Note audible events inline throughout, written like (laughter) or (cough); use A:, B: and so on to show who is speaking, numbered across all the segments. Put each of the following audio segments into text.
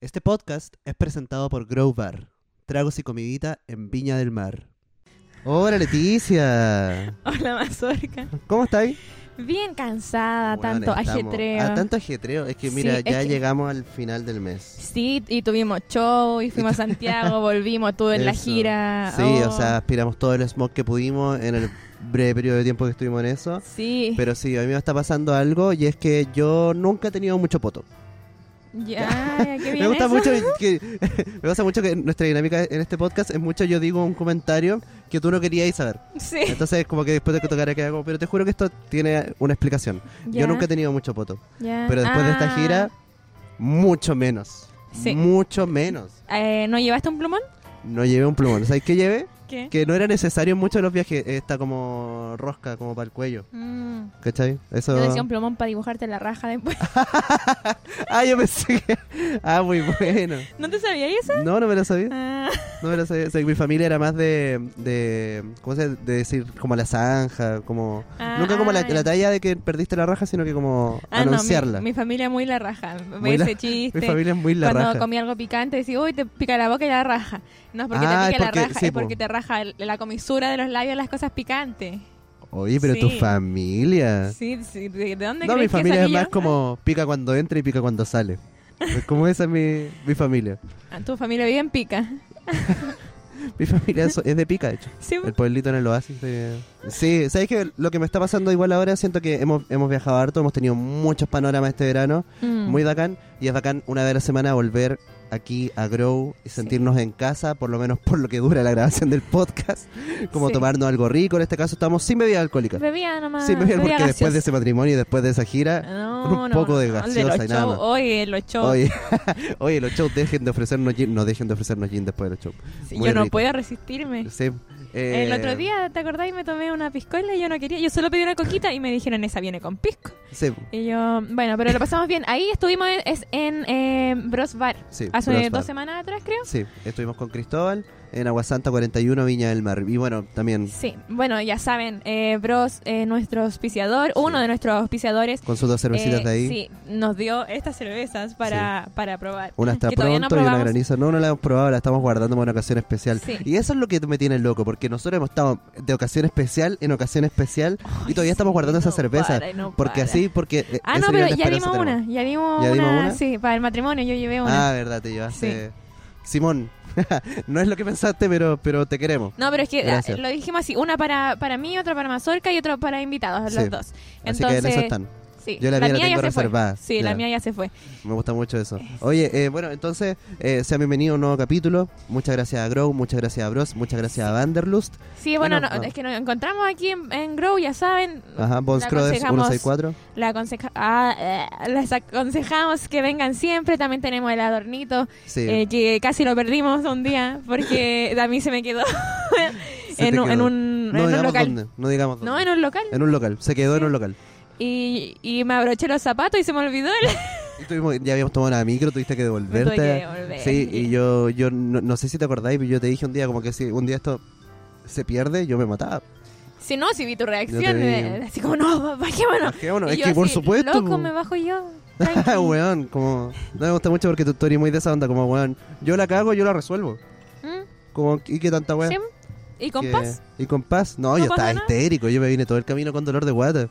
A: Este podcast es presentado por Grow Bar, tragos y comidita en Viña del Mar. Hola Leticia,
B: (laughs) Hola, Mazorca.
A: ¿cómo estáis?
B: Bien cansada,
A: Bueno,
B: tanto
A: estamos-
B: ajetreo.
A: A tanto ajetreo, es que
B: Sí,
A: mira,
B: es
A: ya
B: que-
A: llegamos al final del mes.
B: Sí, y tuvimos show, y fuimos a
A: (laughs)
B: Santiago, volvimos, estuve en la
A: Eso.
B: gira.
A: Sí,
B: oh.
A: o sea, aspiramos todo el smog que pudimos en el breve periodo de tiempo que estuvimos en eso.
B: Sí,
A: Pero sí, a mí me está pasando algo y es que yo nunca he tenido mucho poto.
B: ya, ya, qué
A: (laughs)
B: bien
A: Me gusta
B: eso.
A: mucho que, (laughs) me gusta mucho que nuestra dinámica en este podcast es mucho yo digo un comentario que tú no querías saber.
B: (laughs) Sí,
A: Entonces, como que después de que tocara queda como, pero te juro que esto tiene una explicación. Yo
B: ya,
A: nunca he tenido mucho poto,
B: ya.
A: pero después de esta
B: Ah,
A: gira mucho menos.
B: Sí.
A: Mucho menos.
B: eh, ¿No llevaste un plumón?
A: No llevé un plumón. ¿Sabes qué llevé?
B: ¿Qué?
A: Que no era necesario en muchos de los viajes esta como rosca como para el cuello,
B: Mm,
A: ¿cachai? Eso
B: Yo decía un plumón para dibujarte la raja después.
A: Ah, yo pensé que Ah, muy bueno.
B: (laughs) ¿No te sabía
A: (laughs)
B: eso?
A: No, no me lo sabía.
B: Ah,
A: No me lo sabía. O sea, que mi familia era más de, de ¿cómo se dice? de decir como la zanja, como
B: ah,
A: nunca como la,
B: ah,
A: la talla de que perdiste la raja, sino que como
B: ah, no, mi-
A: anunciarla.
B: mi, familia muy la raja.
A: Muy
B: Me
A: la- (laughs)
B: ese chiste.
A: Mi familia es muy la
B: Cuando
A: raja.
B: comí algo picante, decía, uy, te pica la boca y la raja. No es porque
A: Ah,
B: te
A: es
B: pica la
A: porque-
B: raja,
A: sí,
B: es
A: po.
B: porque te raja el- la comisura de los labios las cosas picantes.
A: Oye, pero tu
B: Sí.
A: familia.
B: Sí, sí, ¿de de dónde
A: Ah. No, mi
B: crees que
A: familia es
B: salí
A: más
B: yo?
A: como pica cuando entra y pica cuando sale. Es como esa es mi, mi familia.
B: Ah, tu familia vive en pica.
A: Mi familia es, es de pica, de hecho.
B: Sí, pues. po.
A: El pueblito en el oasis. de- Sí, ¿sabes que Lo que me está pasando igual ahora, siento que hemos, hemos viajado harto, hemos tenido muchos panoramas este verano,
B: Mm.
A: muy bacán, y es bacán una vez a la semana volver aquí a Grow y sentirnos en casa, por lo menos por lo que dura la grabación del podcast, como
B: Sí.
A: tomarnos algo rico, en este caso estamos sin bebida alcohólica.
B: Bebía nomás.
A: Sí, me voy a ir
B: bebía
A: porque después de
B: gaseosa.
A: ese matrimonio y después de esa
B: Ah,
A: gira,
B: No,
A: un
B: no,
A: poco de
B: no, no,
A: gaseosa
B: los
A: y nada
B: shows,
A: más.
B: Oye, los shows.
A: oye, (laughs) oye, los shows dejen de ofrecernos gin, no dejen de ofrecernos gin después de los shows.
B: Sí,
A: muy
B: yo no
A: rico.
B: podía resistirme.
A: Sí, eh,
B: El otro día, ¿te acordáis? Me tomé una piscola y yo no quería. Yo solo pedí una coquita y me dijeron, esa viene con pisco.
A: Sí,
B: Y yo, bueno, pero lo pasamos bien. Ahí estuvimos en, es en eh, Bros Bar.
A: sí,
B: Hace
A: Bros Bar.
B: dos semanas atrás, creo.
A: Sí, estuvimos con Cristóbal en Aguasanta 41, Viña del Mar. Y bueno, también
B: Sí, bueno, ya saben, eh, Bros, eh, nuestro auspiciador,
A: Sí.
B: uno de nuestros auspiciadores.
A: con sus dos cervecitas
B: eh,
A: de ahí.
B: Sí, nos dio estas cervezas para, para probar.
A: Una hasta
B: que todavía
A: pronto
B: no
A: y una
B: probamos.
A: granizo. No, no la hemos probado, la estamos guardando para una ocasión especial.
B: Sí.
A: Y eso es lo que me tiene loco, porque nosotros hemos estado de ocasión especial en ocasión especial
B: Ay,
A: y todavía estamos
B: sí,
A: guardando esa
B: no
A: cerveza.
B: para y no
A: Porque
B: para.
A: así, porque. eh,
B: Ah,
A: ese
B: no,
A: nivel
B: pero
A: de
B: ya
A: esperanza
B: dimos
A: tenemos.
B: una, ya dimos
A: ¿Ya
B: una,
A: dimos una?
B: sí, para el matrimonio yo llevé una.
A: Ah, verdad, te llevaste. Simón, (laughs) no es lo que pensaste, pero, pero te queremos.
B: no, pero es que ah,
A: gracias.
B: lo dijimos así, una para, para mí, otra para Mazorca y otra para invitados,
A: Sí.
B: los dos.
A: Así
B: Entonces,
A: que en eso están.
B: sí,
A: Yo la mía la
B: ya
A: tengo
B: se fue.
A: reservada,
B: Sí,
A: ya.
B: la mía ya se fue.
A: Me gusta mucho eso. Oye, eh, bueno, entonces, eh, sean bienvenidos a un nuevo capítulo. Muchas gracias a Grow, muchas gracias a Bros, muchas gracias a Vanderlust.
B: Sí, bueno,
A: Bueno,
B: no,
A: ah.
B: es que nos encontramos aquí en, en Grow, ya saben.
A: Ajá, Bones
B: La
A: Crodes
B: aconsejamos.
A: 164.
B: La aconseja- ah, eh, les aconsejamos que vengan siempre. También tenemos el adornito,
A: Sí.
B: eh, que casi lo perdimos un día porque a mí se me quedó
A: (laughs) se te
B: en, un, en
A: quedó.
B: un-
A: no
B: en un
A: digamos
B: local.
A: dónde, no digamos dónde.
B: No, en un local.
A: En un local, se quedó en un local.
B: Y, y me abroché los zapatos y se me olvidó. el- (laughs)
A: Y tuvimos- ya habíamos tomado una micro, tuviste que
B: Me tuve que
A: devolverte.
B: devolver.
A: Sí, y yo, yo no, no sé si te acordáis, pero yo te dije un día como que si un día esto se pierde, yo me mataba.
B: Si no, si vi tu
A: Yo te
B: reacción,
A: vi.
B: eh, así como, (laughs) no, bajémonos.
A: Bajémonos,
B: Y
A: es
B: yo
A: que por
B: así,
A: supuesto.
B: Loco,
A: po.
B: me
A: (laughs)
B: bajo yo. tranqui.
A: weón, como. No me gusta mucho porque tu story es muy de esa onda, como weón. Yo la cago, yo la resuelvo.
B: ¿Mm?
A: Como, ¿y qué tanta weón?
B: ¿Sí? ¿Y
A: que-
B: compás?
A: Y con paz. No,
B: No
A: yo
B: pasa
A: estaba
B: nada.
A: histérico. Yo me vine todo el camino con dolor de guata.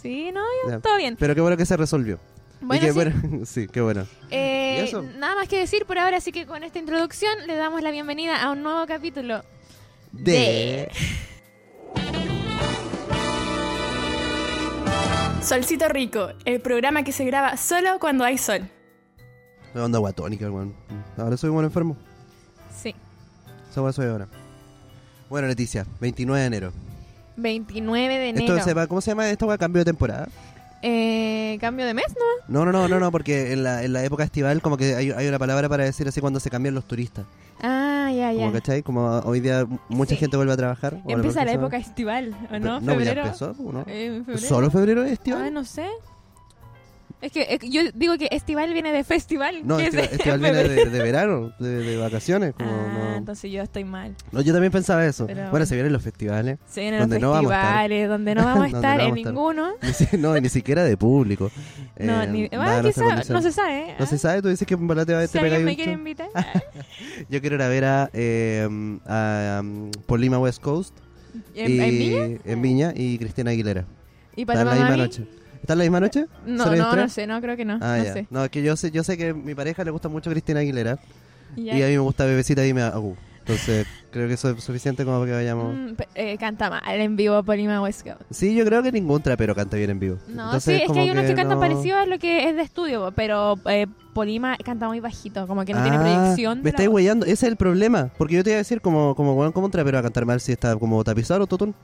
B: Sí, no,
A: Ya.
B: ya, todo bien.
A: Pero qué bueno que se resolvió. Y
B: Bueno,
A: qué
B: sí,
A: bueno- (laughs) sí, qué bueno.
B: Eh,
A: ¿Y eso?
B: Nada más que decir por ahora, así que con esta introducción le damos la bienvenida a un nuevo capítulo.
A: De.
B: De-
C: Solcito Rico, el programa que se graba solo cuando hay sol.
A: Me onda guatónica, weón. Ahora soy un enfermo.
B: Sí,
A: Esa weá soy ahora. Bueno, Leticia, 29 de enero.
B: 29 de enero.
A: Esto se va- ¿Cómo se llama esta weá? ¿Cambio de temporada?
B: Eh, ¿Cambio de mes, no?
A: No, no, no, no, no, porque en la, en la época estival, como que hay, hay una palabra para decir así cuando se cambian los turistas.
B: Ah, ya,
A: Como,
B: ya.
A: ¿cachai? Como hoy día m- mucha
B: Sí.
A: gente vuelve a trabajar. o
B: Empieza la
A: próxima
B: época estival, ¿o
A: semana.
B: no?
A: No, pues ya
B: ¿Febrero?
A: empezó, ¿no?
B: Eh, ¿febrero?
A: ¿Solo febrero es
B: Ah,
A: estival?
B: no sé. Es que eh, yo digo que Estival viene de festival.
A: No,
B: que es
A: este,
B: de-
A: este viene de, de verano, de, de vacaciones. Como,
B: Ah,
A: no.
B: entonces yo estoy mal.
A: No, yo también pensaba eso.
B: Pero
A: bueno,
B: bueno.
A: se vienen los festivales. (laughs)
B: Se vienen los
A: Donde no vamos a estar.
B: festivales, donde no vamos
A: (laughs)
B: a
A: Donde no
B: estar en
A: vamos a estar.
B: ninguno.
A: Ni si- no, ni siquiera de público.
B: no,
A: Eh,
B: ni,
A: nada
B: Ah,
A: en esa
B: quizá-
A: condición.
B: no se sabe. ¿eh?
A: No se sabe, tú dices que en verdad te va a
B: Si
A: te pegáis
B: alguien me
A: un
B: quiere
A: chon.
B: invitar.
A: Yo quiero ir a ver a, eh, a, um, Polima West Coast
B: ¿En,
A: y,
B: en Viña?
A: en Viña y Cristina Aguilera.
B: ¿Y para
A: ¿Están la
B: mamá
A: misma
B: mí?
A: noche? ¿Están la misma noche?
B: No,
A: ¿Solo ellos
B: no,
A: tres?
B: no sé, no creo que no.
A: Ah,
B: no
A: ya.
B: sé.
A: No, es que yo sé, yo sé que a mi pareja le gusta mucho Cristina Aguilera
B: Ya.
A: y a mí me gusta Bebecita y me Agu.
B: (laughs)
A: Entonces, creo que eso es suficiente como para que vayamos.
B: Mm, pe- eh, canta mal en vivo Polima West Coast.
A: Sí, yo creo que ningún trapero canta bien en vivo.
B: No,
A: Entonces,
B: sí, es que
A: como
B: hay unos que cantan
A: no-
B: parecido a lo que es de estudio, pero eh, Polima canta muy bajito, como que no tiene
A: Ah,
B: proyección.
A: Me
B: de la
A: estáis
B: voz.
A: huellando, ese es el problema. Porque yo te iba a decir, como, como, weón, como un trapero va a cantar mal si está como tapizar o totón.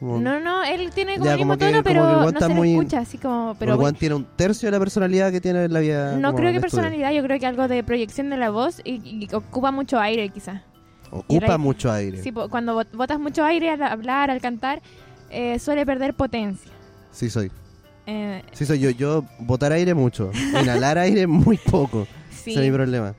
A: Como-
B: No, no, él tiene como
A: Ya,
B: el mismo
A: como que- como
B: tono,
A: que el
B: pero
A: guan
B: no
A: está
B: se le
A: muy-
B: escucha, así como... Pero
A: el weón tiene un tercio de la personalidad que tiene en la vida.
B: no
A: como
B: creo
A: en
B: que
A: estudio.
B: personalidad, yo creo que algo de proyección de la voz y, y ocupa mucho aire quizás.
A: Ocupa
B: y raíz-
A: mucho aire.
B: Sí, po- cuando bot- botas mucho aire al hablar, al cantar, eh, suele perder potencia.
A: Sí, soy.
B: Eh,
A: Sí, soy yo. Yo botar aire mucho.
B: (laughs)
A: Inhalar aire muy poco.
B: sí.
A: Ese es mi problema.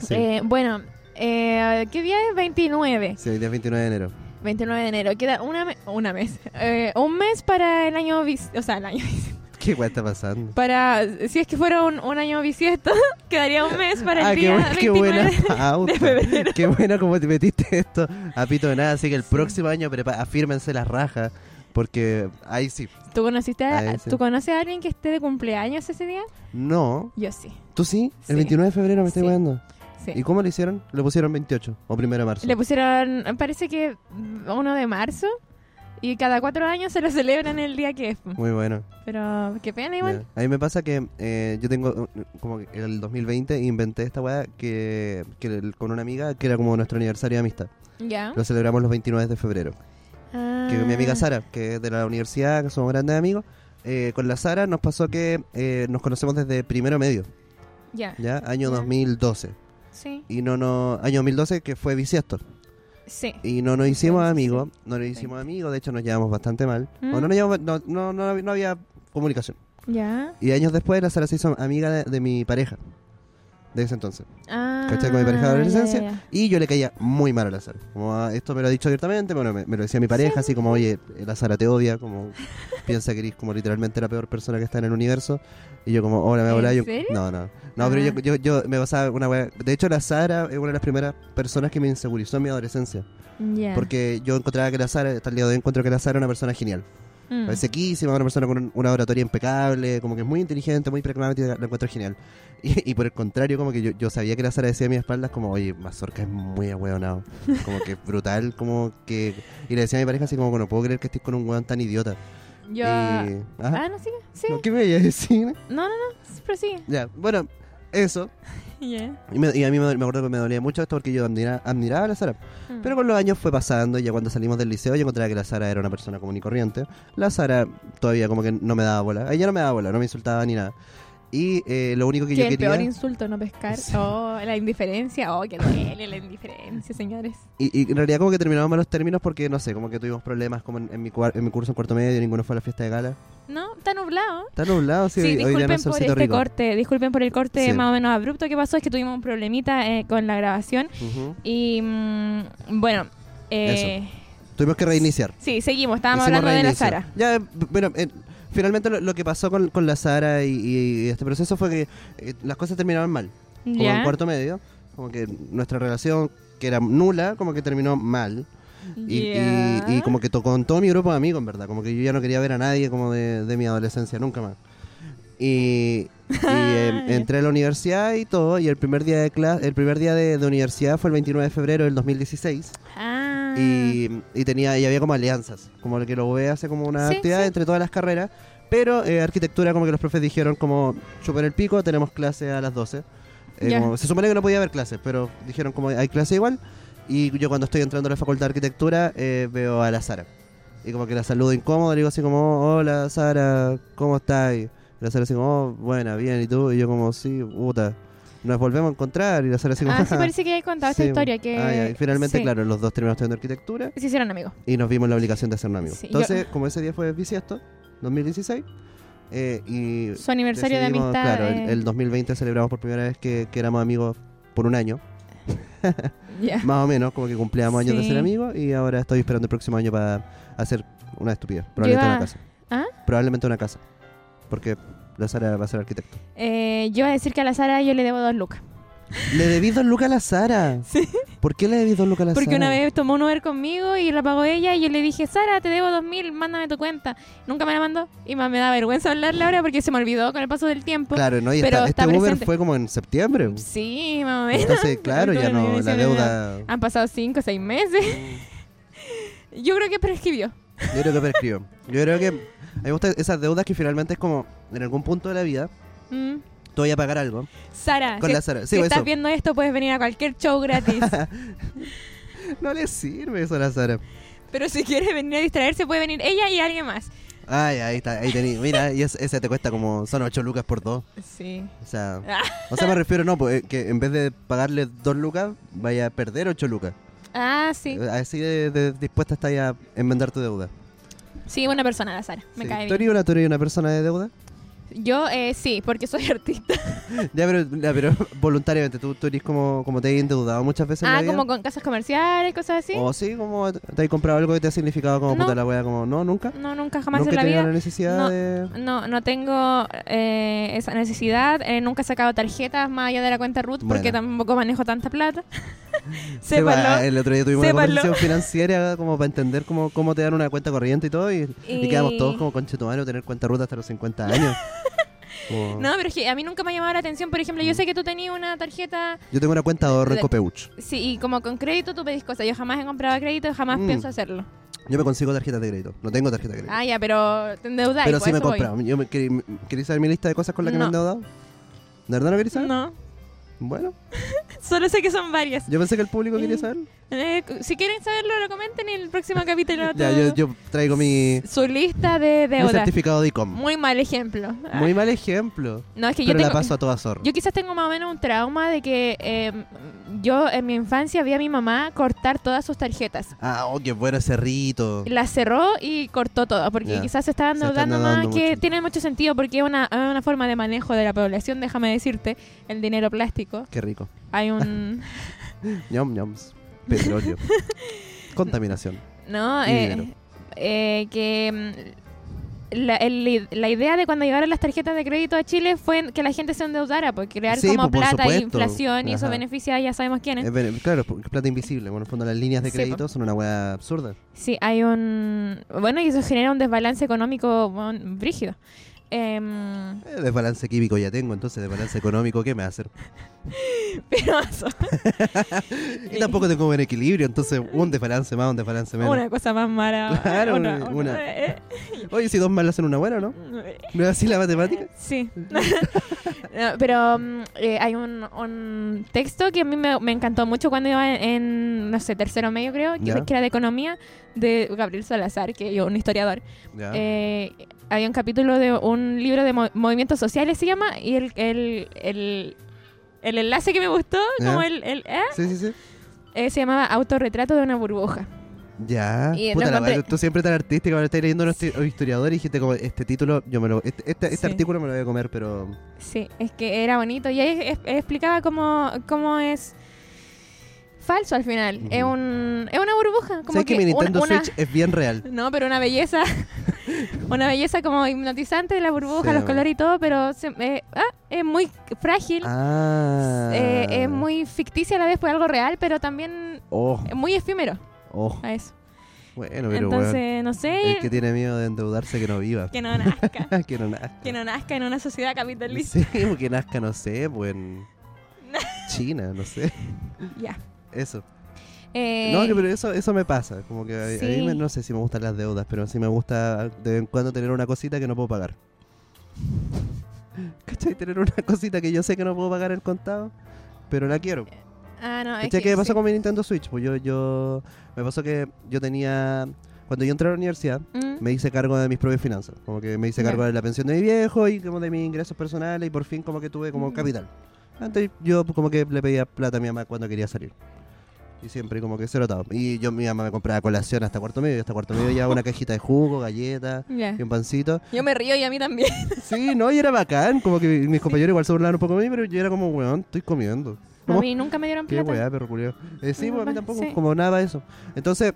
A: Sí.
B: Eh, bueno, eh, ¿qué día es? 29.
A: Sí, el día 29 de enero.
B: 29 de enero. Queda una, me- una mes. eh, un mes para el año... bis- O sea, el año... bis-
A: ¿Qué weón está pasando?
B: Para... Si es que fuera un, un año bisiesto, (laughs) quedaría un mes (laughs) para el
A: ah, qué,
B: día
A: buena- qué
B: 29
A: buena
B: de-
A: (laughs) pauta.
B: febrero.
A: Qué buena como te metiste esto a pito de nada. Así que el próximo año prepa- afírmense las rajas. Porque ahí sí.
B: (laughs) ¿Tú, conociste a-
A: Ahí sí.
B: ¿Tú conoces a alguien que esté de cumpleaños ese día?
A: No.
B: Yo sí.
A: ¿Tú sí? El
B: Sí.
A: 29 de febrero me estoy
B: Sí.
A: weando.
B: sí.
A: ¿Y cómo lo hicieron? Le pusieron 28 o 1 de marzo.
B: Le pusieron, parece que uno de marzo. Y cada cuatro años se lo celebran el día que es.
A: Muy bueno.
B: Pero qué pena igual.
A: Ya. A mí me pasa que eh, yo tengo, eh, como que en el 2020 inventé esta weá que, que el- con una amiga que era como nuestro aniversario de amistad.
B: Ya.
A: Lo celebramos los 29 de febrero. Que mi amiga
B: Ah.
A: Sara, que es de la universidad, que somos grandes amigos, eh, con la Sara nos pasó que eh, nos conocemos desde primero medio,
B: Ya.
A: ¿ya? Año
B: Ya.
A: 2012.
B: Sí.
A: Y no, no, año 2012 que fue bisiesto.
B: Sí.
A: Y no nos hicimos
B: Entonces,
A: amigos, no nos hicimos amigos, de hecho nos llevamos bastante mal.
B: Mm.
A: O no, nos llevamos- no, no, no- no había comunicación.
B: Ya.
A: Y años después la Sara se hizo amiga de, de mi pareja, de ese entonces.
B: Ah.
A: ¿Cachai? Con mi pareja de
B: ya,
A: adolescencia.
B: ya, ya.
A: Y yo le caía muy mal a la Sara. Como, ah, esto me lo ha dicho abiertamente, bueno, me, me lo decía mi pareja, así como, oye, eh, la Sara te odia, como (laughs) piensa que eres como literalmente la peor persona que está en el universo. Y yo como, hola, me
B: ¿En
A: hola. Yo,
B: serio?
A: no, no. No,
B: Ah.
A: pero yo, yo, yo me pasaba una wea. De hecho, la Sara es una de las primeras personas que me insegurizó en mi adolescencia.
B: Ya.
A: Porque yo encontraba que la Sara, hasta el día de hoy encuentro que la Sara era una persona genial.
B: Mm.
A: Parece quísima, una persona con un- una oratoria impecable, como que es muy inteligente, muy pragmática, la encuentro genial. (laughs) Y, y por el contrario, como que yo, yo sabía que la Sara decía a mis espaldas como, oye, Mazorca es muy
B: (laughs)
A: ahueonado, como que es brutal, como que... Y le decía a mi pareja así como, no puedo creer que estés con un weón tan idiota.
B: Yo.
A: Y- ajá.
B: Ah, no, sigue. Sí.
A: No, ¿Qué me iba a decir?
B: No, no, no. Prosigue.
A: Ya, bueno, eso.
B: Ya.
A: Y, me- y a mí me, me acuerdo que me dolía mucho esto porque yo admira- admiraba a la Sara.
B: Mm.
A: Pero con los años fue pasando y ya cuando salimos del liceo yo encontraba que la Sara era una persona común y corriente. La Sara todavía como que no me daba bola. A Ella no me daba bola, no me insultaba ni nada. Y eh, lo único que
B: Que
A: yo
B: el
A: quería...
B: peor insulto, no pescar.
A: Sí.
B: Oh, la indiferencia. Oh, que duele la indiferencia, señores.
A: Y, y en realidad como que terminamos malos términos porque, no sé, como que tuvimos problemas como en, en mi, cuar- en mi curso en cuarto medio, ninguno fue a la fiesta de gala.
B: No, está nublado.
A: Está nublado, sí, hoy- hoy
B: Sí,
A: día no
B: disculpen
A: es
B: por
A: solcito
B: este
A: rico.
B: corte, disculpen por el corte
A: Sí.
B: más o menos abrupto que pasó, es que tuvimos un problemita eh, con la grabación
A: Ujú.
B: y mm, bueno, eh,
A: Tuvimos que reiniciar.
B: sí, seguimos, estábamos
A: Hicimos
B: hablando de la
A: reinicio.
B: Sara.
A: Ya, eh, bueno, eh, finalmente lo, lo que pasó con, con la Sara y, y este proceso fue que eh, las cosas terminaron mal. como en
B: Ya,
A: cuarto medio, como que nuestra relación, que era nula, como que terminó mal. Y, y-
B: ya.
A: y como que tocó con todo mi grupo de amigos, en verdad. Como que yo ya no quería ver a nadie como de, de mi adolescencia, nunca más. Y, y,
B: (laughs)
A: eh, entré a la universidad y todo, y el primer día de clase, el primer día de, de universidad fue el 29 de febrero del 2016
B: Ah,
A: y, y tenía y había como alianzas, como el que lo ve hace como una
B: Sí,
A: actividad
B: sí.
A: entre todas las carreras, pero eh, arquitectura como que los profes dijeron como chupar el pico, tenemos clase a las 12. Eh,
B: Ya.
A: como- se supone que no podía haber clases, pero dijeron como hay clase igual y yo cuando estoy entrando a la facultad de arquitectura eh, veo a la Sara. Y como que la saludo incómodo, le digo así como, hola Sara, ¿cómo estás? Y la Sara así como, "Oh, buena, bien, ¿y tú? Y yo como, sí, puta, nos volvemos a encontrar. Y la Sara así como,
B: Ah, sí,
A: (laughs) "Ja, ja".
B: parece que he contado esta
A: Sí.
B: historia que
A: Ah, ya, y finalmente,
B: sí,
A: claro, los dos terminamos estudiando arquitectura
B: se hicieron amigos.
A: y nos vimos en la obligación de hacernos amigos.
B: Sí,
A: Entonces, como ese día fue bisiesto, 2016, eh, y
B: Su aniversario de
A: decidimos,
B: amistad.
A: Claro, el,
B: eh,
A: el 2020 celebramos por primera vez que, que éramos amigos por un año,
B: ya.
A: más o menos, como que cumplíamos años de
B: Sí.
A: ser amigos y ahora estoy esperando el próximo año para hacer una estupidez. Probablemente
B: iba-
A: una casa.
B: ¿Ah?
A: Probablemente una casa. Porque la Sara va a ser arquitecto.
B: Eh, yo voy a decir que a la Sara yo le debo dos lucas.
A: Le debí dos lucas a la Sara.
B: (laughs) Sí.
A: ¿Por qué le debí dos lucas a la
B: Porque
A: Sara?
B: una vez tomó un Uber conmigo y la pagó ella y yo le dije, Sara, te debo dos mil, mándame tu cuenta. Nunca me la mandó y más me da vergüenza hablarle ahora porque se me olvidó con el paso del tiempo.
A: Claro, no, y esta-
B: pero
A: este
B: está
A: Uber
B: presente.
A: fue como en septiembre.
B: Sí, más o menos. (laughs)
A: Entonces, claro, ya
B: Claro,
A: no,
B: no,
A: la
B: no,
A: deuda.
B: Han pasado cinco o seis meses. (laughs) Yo creo que prescribió.
A: Yo creo que prescribo. Yo creo que. A mí me gustan esas deudas que finalmente es como en algún punto de la vida,
B: Mm.
A: tú voy a pagar algo.
B: Sara,
A: Con
B: si,
A: la Sara. Sí,
B: si
A: eso.
B: estás viendo esto, puedes venir a cualquier show gratis.
A: No le sirve eso a la Sara.
B: Pero si quieres venir a distraerse, puede venir ella y alguien más.
A: Ay, ahí está, ahí tení. Mira, y es- ese te cuesta como. Son 8 lucas por dos.
B: Sí.
A: O sea. O
B: (laughs)
A: sea, me refiero, no, pues, eh, que en vez de pagarle dos lucas, vaya a perder 8 lucas.
B: Ah, sí.
A: Eh, Así de, de dispuesta está ya a enmendar tu deuda.
B: Sí, buena persona la Sara. Me
A: Sí.
B: cae
A: ¿Tú
B: bien.
A: eres una, tú eres una persona de deuda? (laughs)
B: Yo eh, sí, porque soy (laughs) artista.
A: Ya, pero, ya, pero (laughs) voluntariamente, tú, tú eres como, como te has endeudado muchas veces en
B: Ah,
A: la vida. Oh.
B: como con casas comerciales, cosas así.
A: O sí, como te has comprado algo que te ha significado como
B: No.
A: puta la wea, como no, nunca.
B: No, nunca jamás
A: nunca
B: en la
A: he tenido
B: vida.
A: la necesidad
B: No.
A: de.
B: No, no tengo eh, esa necesidad. Eh, nunca he sacado tarjetas más allá de la cuenta Ruth porque
A: Bueno.
B: tampoco manejo tanta plata. (laughs)
A: Sepa,
B: Sépanlo.
A: el otro día tuvimos una
B: Sépalo.
A: conversación financiera como para entender cómo, cómo te dan una cuenta corriente y todo. Y, y
B: Y-
A: quedamos todos como conchetumario tener cuenta ruta hasta los 50
B: (laughs)
A: años. Como-
B: No, pero es que a mí nunca me ha llamado la atención. Por
A: Mm.
B: ejemplo, yo sé que tú tenías una tarjeta,
A: Yo tengo una cuenta de ahorro en
B: De-
A: Copeuch.
B: sí, y como con crédito tú pedís cosas. Yo jamás he comprado crédito, jamás
A: Mm.
B: pienso hacerlo.
A: Yo me consigo tarjetas de crédito. No tengo tarjeta de crédito.
B: Ah, ya, pero te endeudáis.
A: Este. pero
B: por
A: sí me he
B: eso voy.
A: comprado. Yo me- querí- ¿Queréis saber mi lista de cosas con las que me he
B: No.
A: endeudado? ¿De verdad no queréis saber?
B: No,
A: Bueno,
B: solo sé que son varias.
A: yo pensé que el público quería saber.
B: Eh, si quieren saberlo, lo comenten en el próximo capítulo.
A: (laughs) Ya, yo, yo traigo mi,
B: Su lista de
A: mi
B: deudas.
A: certificado de ICOM.
B: Muy mal ejemplo. Ah,
A: Muy mal ejemplo.
B: No, es que yo
A: Pero la
B: tengo...
A: paso a toda zorra.
B: Yo quizás tengo más o menos un trauma de que eh, yo en mi infancia vi a mi mamá cortar todas sus tarjetas.
A: Ah, oh, qué bueno ese rito.
B: Las cerró y cortó todo, porque
A: Ya.
B: quizás se estaba
A: Se está
B: endeudando más,
A: endeudando
B: que
A: mucho.
B: tiene mucho sentido, porque es una, es una forma de manejo de la población, déjame decirte, el dinero plástico.
A: Qué rico.
B: Hay un...
A: Ñom, ñoms.
B: (laughs)
A: Petróleo. Contaminación.
B: No,
A: Y
B: eh,
A: dinero.
B: eh, que mm, la, el- la idea de cuando llegaron las tarjetas de crédito a Chile fue que la gente se endeudara, porque crear
A: Sí, pues,
B: como
A: por
B: plata e
A: supuesto.
B: inflación y eso
A: Ajá.
B: beneficia ya sabemos quiénes.
A: Eh, pero, claro, porque es plata invisible. Bueno, en el fondo las líneas de
B: Sí,
A: crédito son una weá absurda.
B: Sí, hay un... Bueno, y eso genera un desbalance económico bueno, brígido. Em, (laughs)
A: Eh, desbalance químico ya tengo, entonces desbalance económico, ¿qué me va a hacer?
B: pero eso,
A: Y tampoco tengo buen equilibrio, entonces un desbalance más, un desbalance menos.
B: una cosa más mala.
A: Claro,
B: otra-
A: una-
B: otra- eh,
A: Oye, si dos malos hacen una buena, ¿no?
B: eh,
A: ¿No es así la matemática?
B: Sí. (laughs) No, pero mm, eh, hay un, un texto que a mí me, me encantó mucho cuando iba en, en, no sé, tercero medio creo, que,
A: Ya.
B: que era de economía, de Gabriel Salazar, que yo, un historiador.
A: Ya.
B: Eh, había un capítulo de un libro de mo- movimientos sociales, se llama, y el, el, el, el enlace que me gustó,
A: Ya.
B: como el, el- ¿eh?
A: Sí, sí, sí.
B: Eh, se llamaba Autorretrato de una burbuja.
A: Ya.
B: Y
A: Puta
B: lo
A: la
B: encontré-
A: weá, tú siempre tan artística, ahora estás leyendo a los historiadores y dijiste como este título, yo me lo, este, este, este
B: Sí.
A: artículo me lo voy a comer, pero
B: Sí, es que era bonito. Y ahí es- explicaba cómo, cómo es falso al final.
A: Ujú.
B: es, un, es una burbuja. Como
A: ¿Sabes que, mi
B: una-
A: Nintendo
B: una-
A: Switch es bien real?
B: (laughs) No, pero una belleza. (laughs) una belleza como hipnotizante de la burbuja,
A: Sí.
B: los colores y todo, pero se- eh, ah, es muy frágil.
A: Ah.
B: Eh, es muy ficticia a la vez, fue algo real, pero también
A: Oh,
B: es muy efímero
A: oh.
B: a eso.
A: Bueno, pero
B: Entonces,
A: weón,
B: no sé,
A: El que tiene miedo de endeudarse que no viva. (laughs) Ah,
B: que no nazca, (laughs)
A: que no nazca.
B: que no nazca en una sociedad capitalista.
A: (laughs) Sí, o que nazca, no sé, pues
B: (laughs)
A: en China, no sé.
B: Ya.
A: Eso.
B: Eh,
A: No, que- pero eso, eso me pasa. Como que a- a, mí
B: Sí.
A: me- no sé si me gustan las deudas, pero sí me gusta de vez en cuando tener una cosita que no puedo pagar. (laughs) ¿Cachai? Tener una cosita que yo sé que no puedo pagar el contado, pero la quiero.
B: Ah, no, es
A: ¿Cachai?
B: que
A: ¿Qué me pasó
B: sí.
A: con mi Nintendo Switch? Pues yo, yo. Me pasó que yo tenía. Cuando yo entré a la universidad,
B: Mm,
A: me hice cargo de mis propias finanzas. Como que me hice
B: Ya.
A: cargo de la pensión de mi viejo y como de mis ingresos personales y por fin como que tuve como
B: Mm.
A: capital. Antes yo como que le pedía plata a mi mamá cuando quería salir. Y siempre como que cero atado. Y yo mi mamá me compraba colación hasta cuarto medio, y hasta cuarto medio ya una cajita de jugo, galletas,
B: Ya.
A: y un pancito.
B: Yo me río y a mí también.
A: Sí, no, y era bacán, como que mis compañeros igual se burlaban un poco de mí, pero yo era como, weón, estoy comiendo.
B: A
A: Como,
B: mí nunca me dieron
A: Oh, Qué
B: plata.
A: weá, perro culiao. Eh, sí,
B: Mi
A: pues a mí
B: papá,
A: tampoco,
B: sí.
A: como nada de eso. Entonces,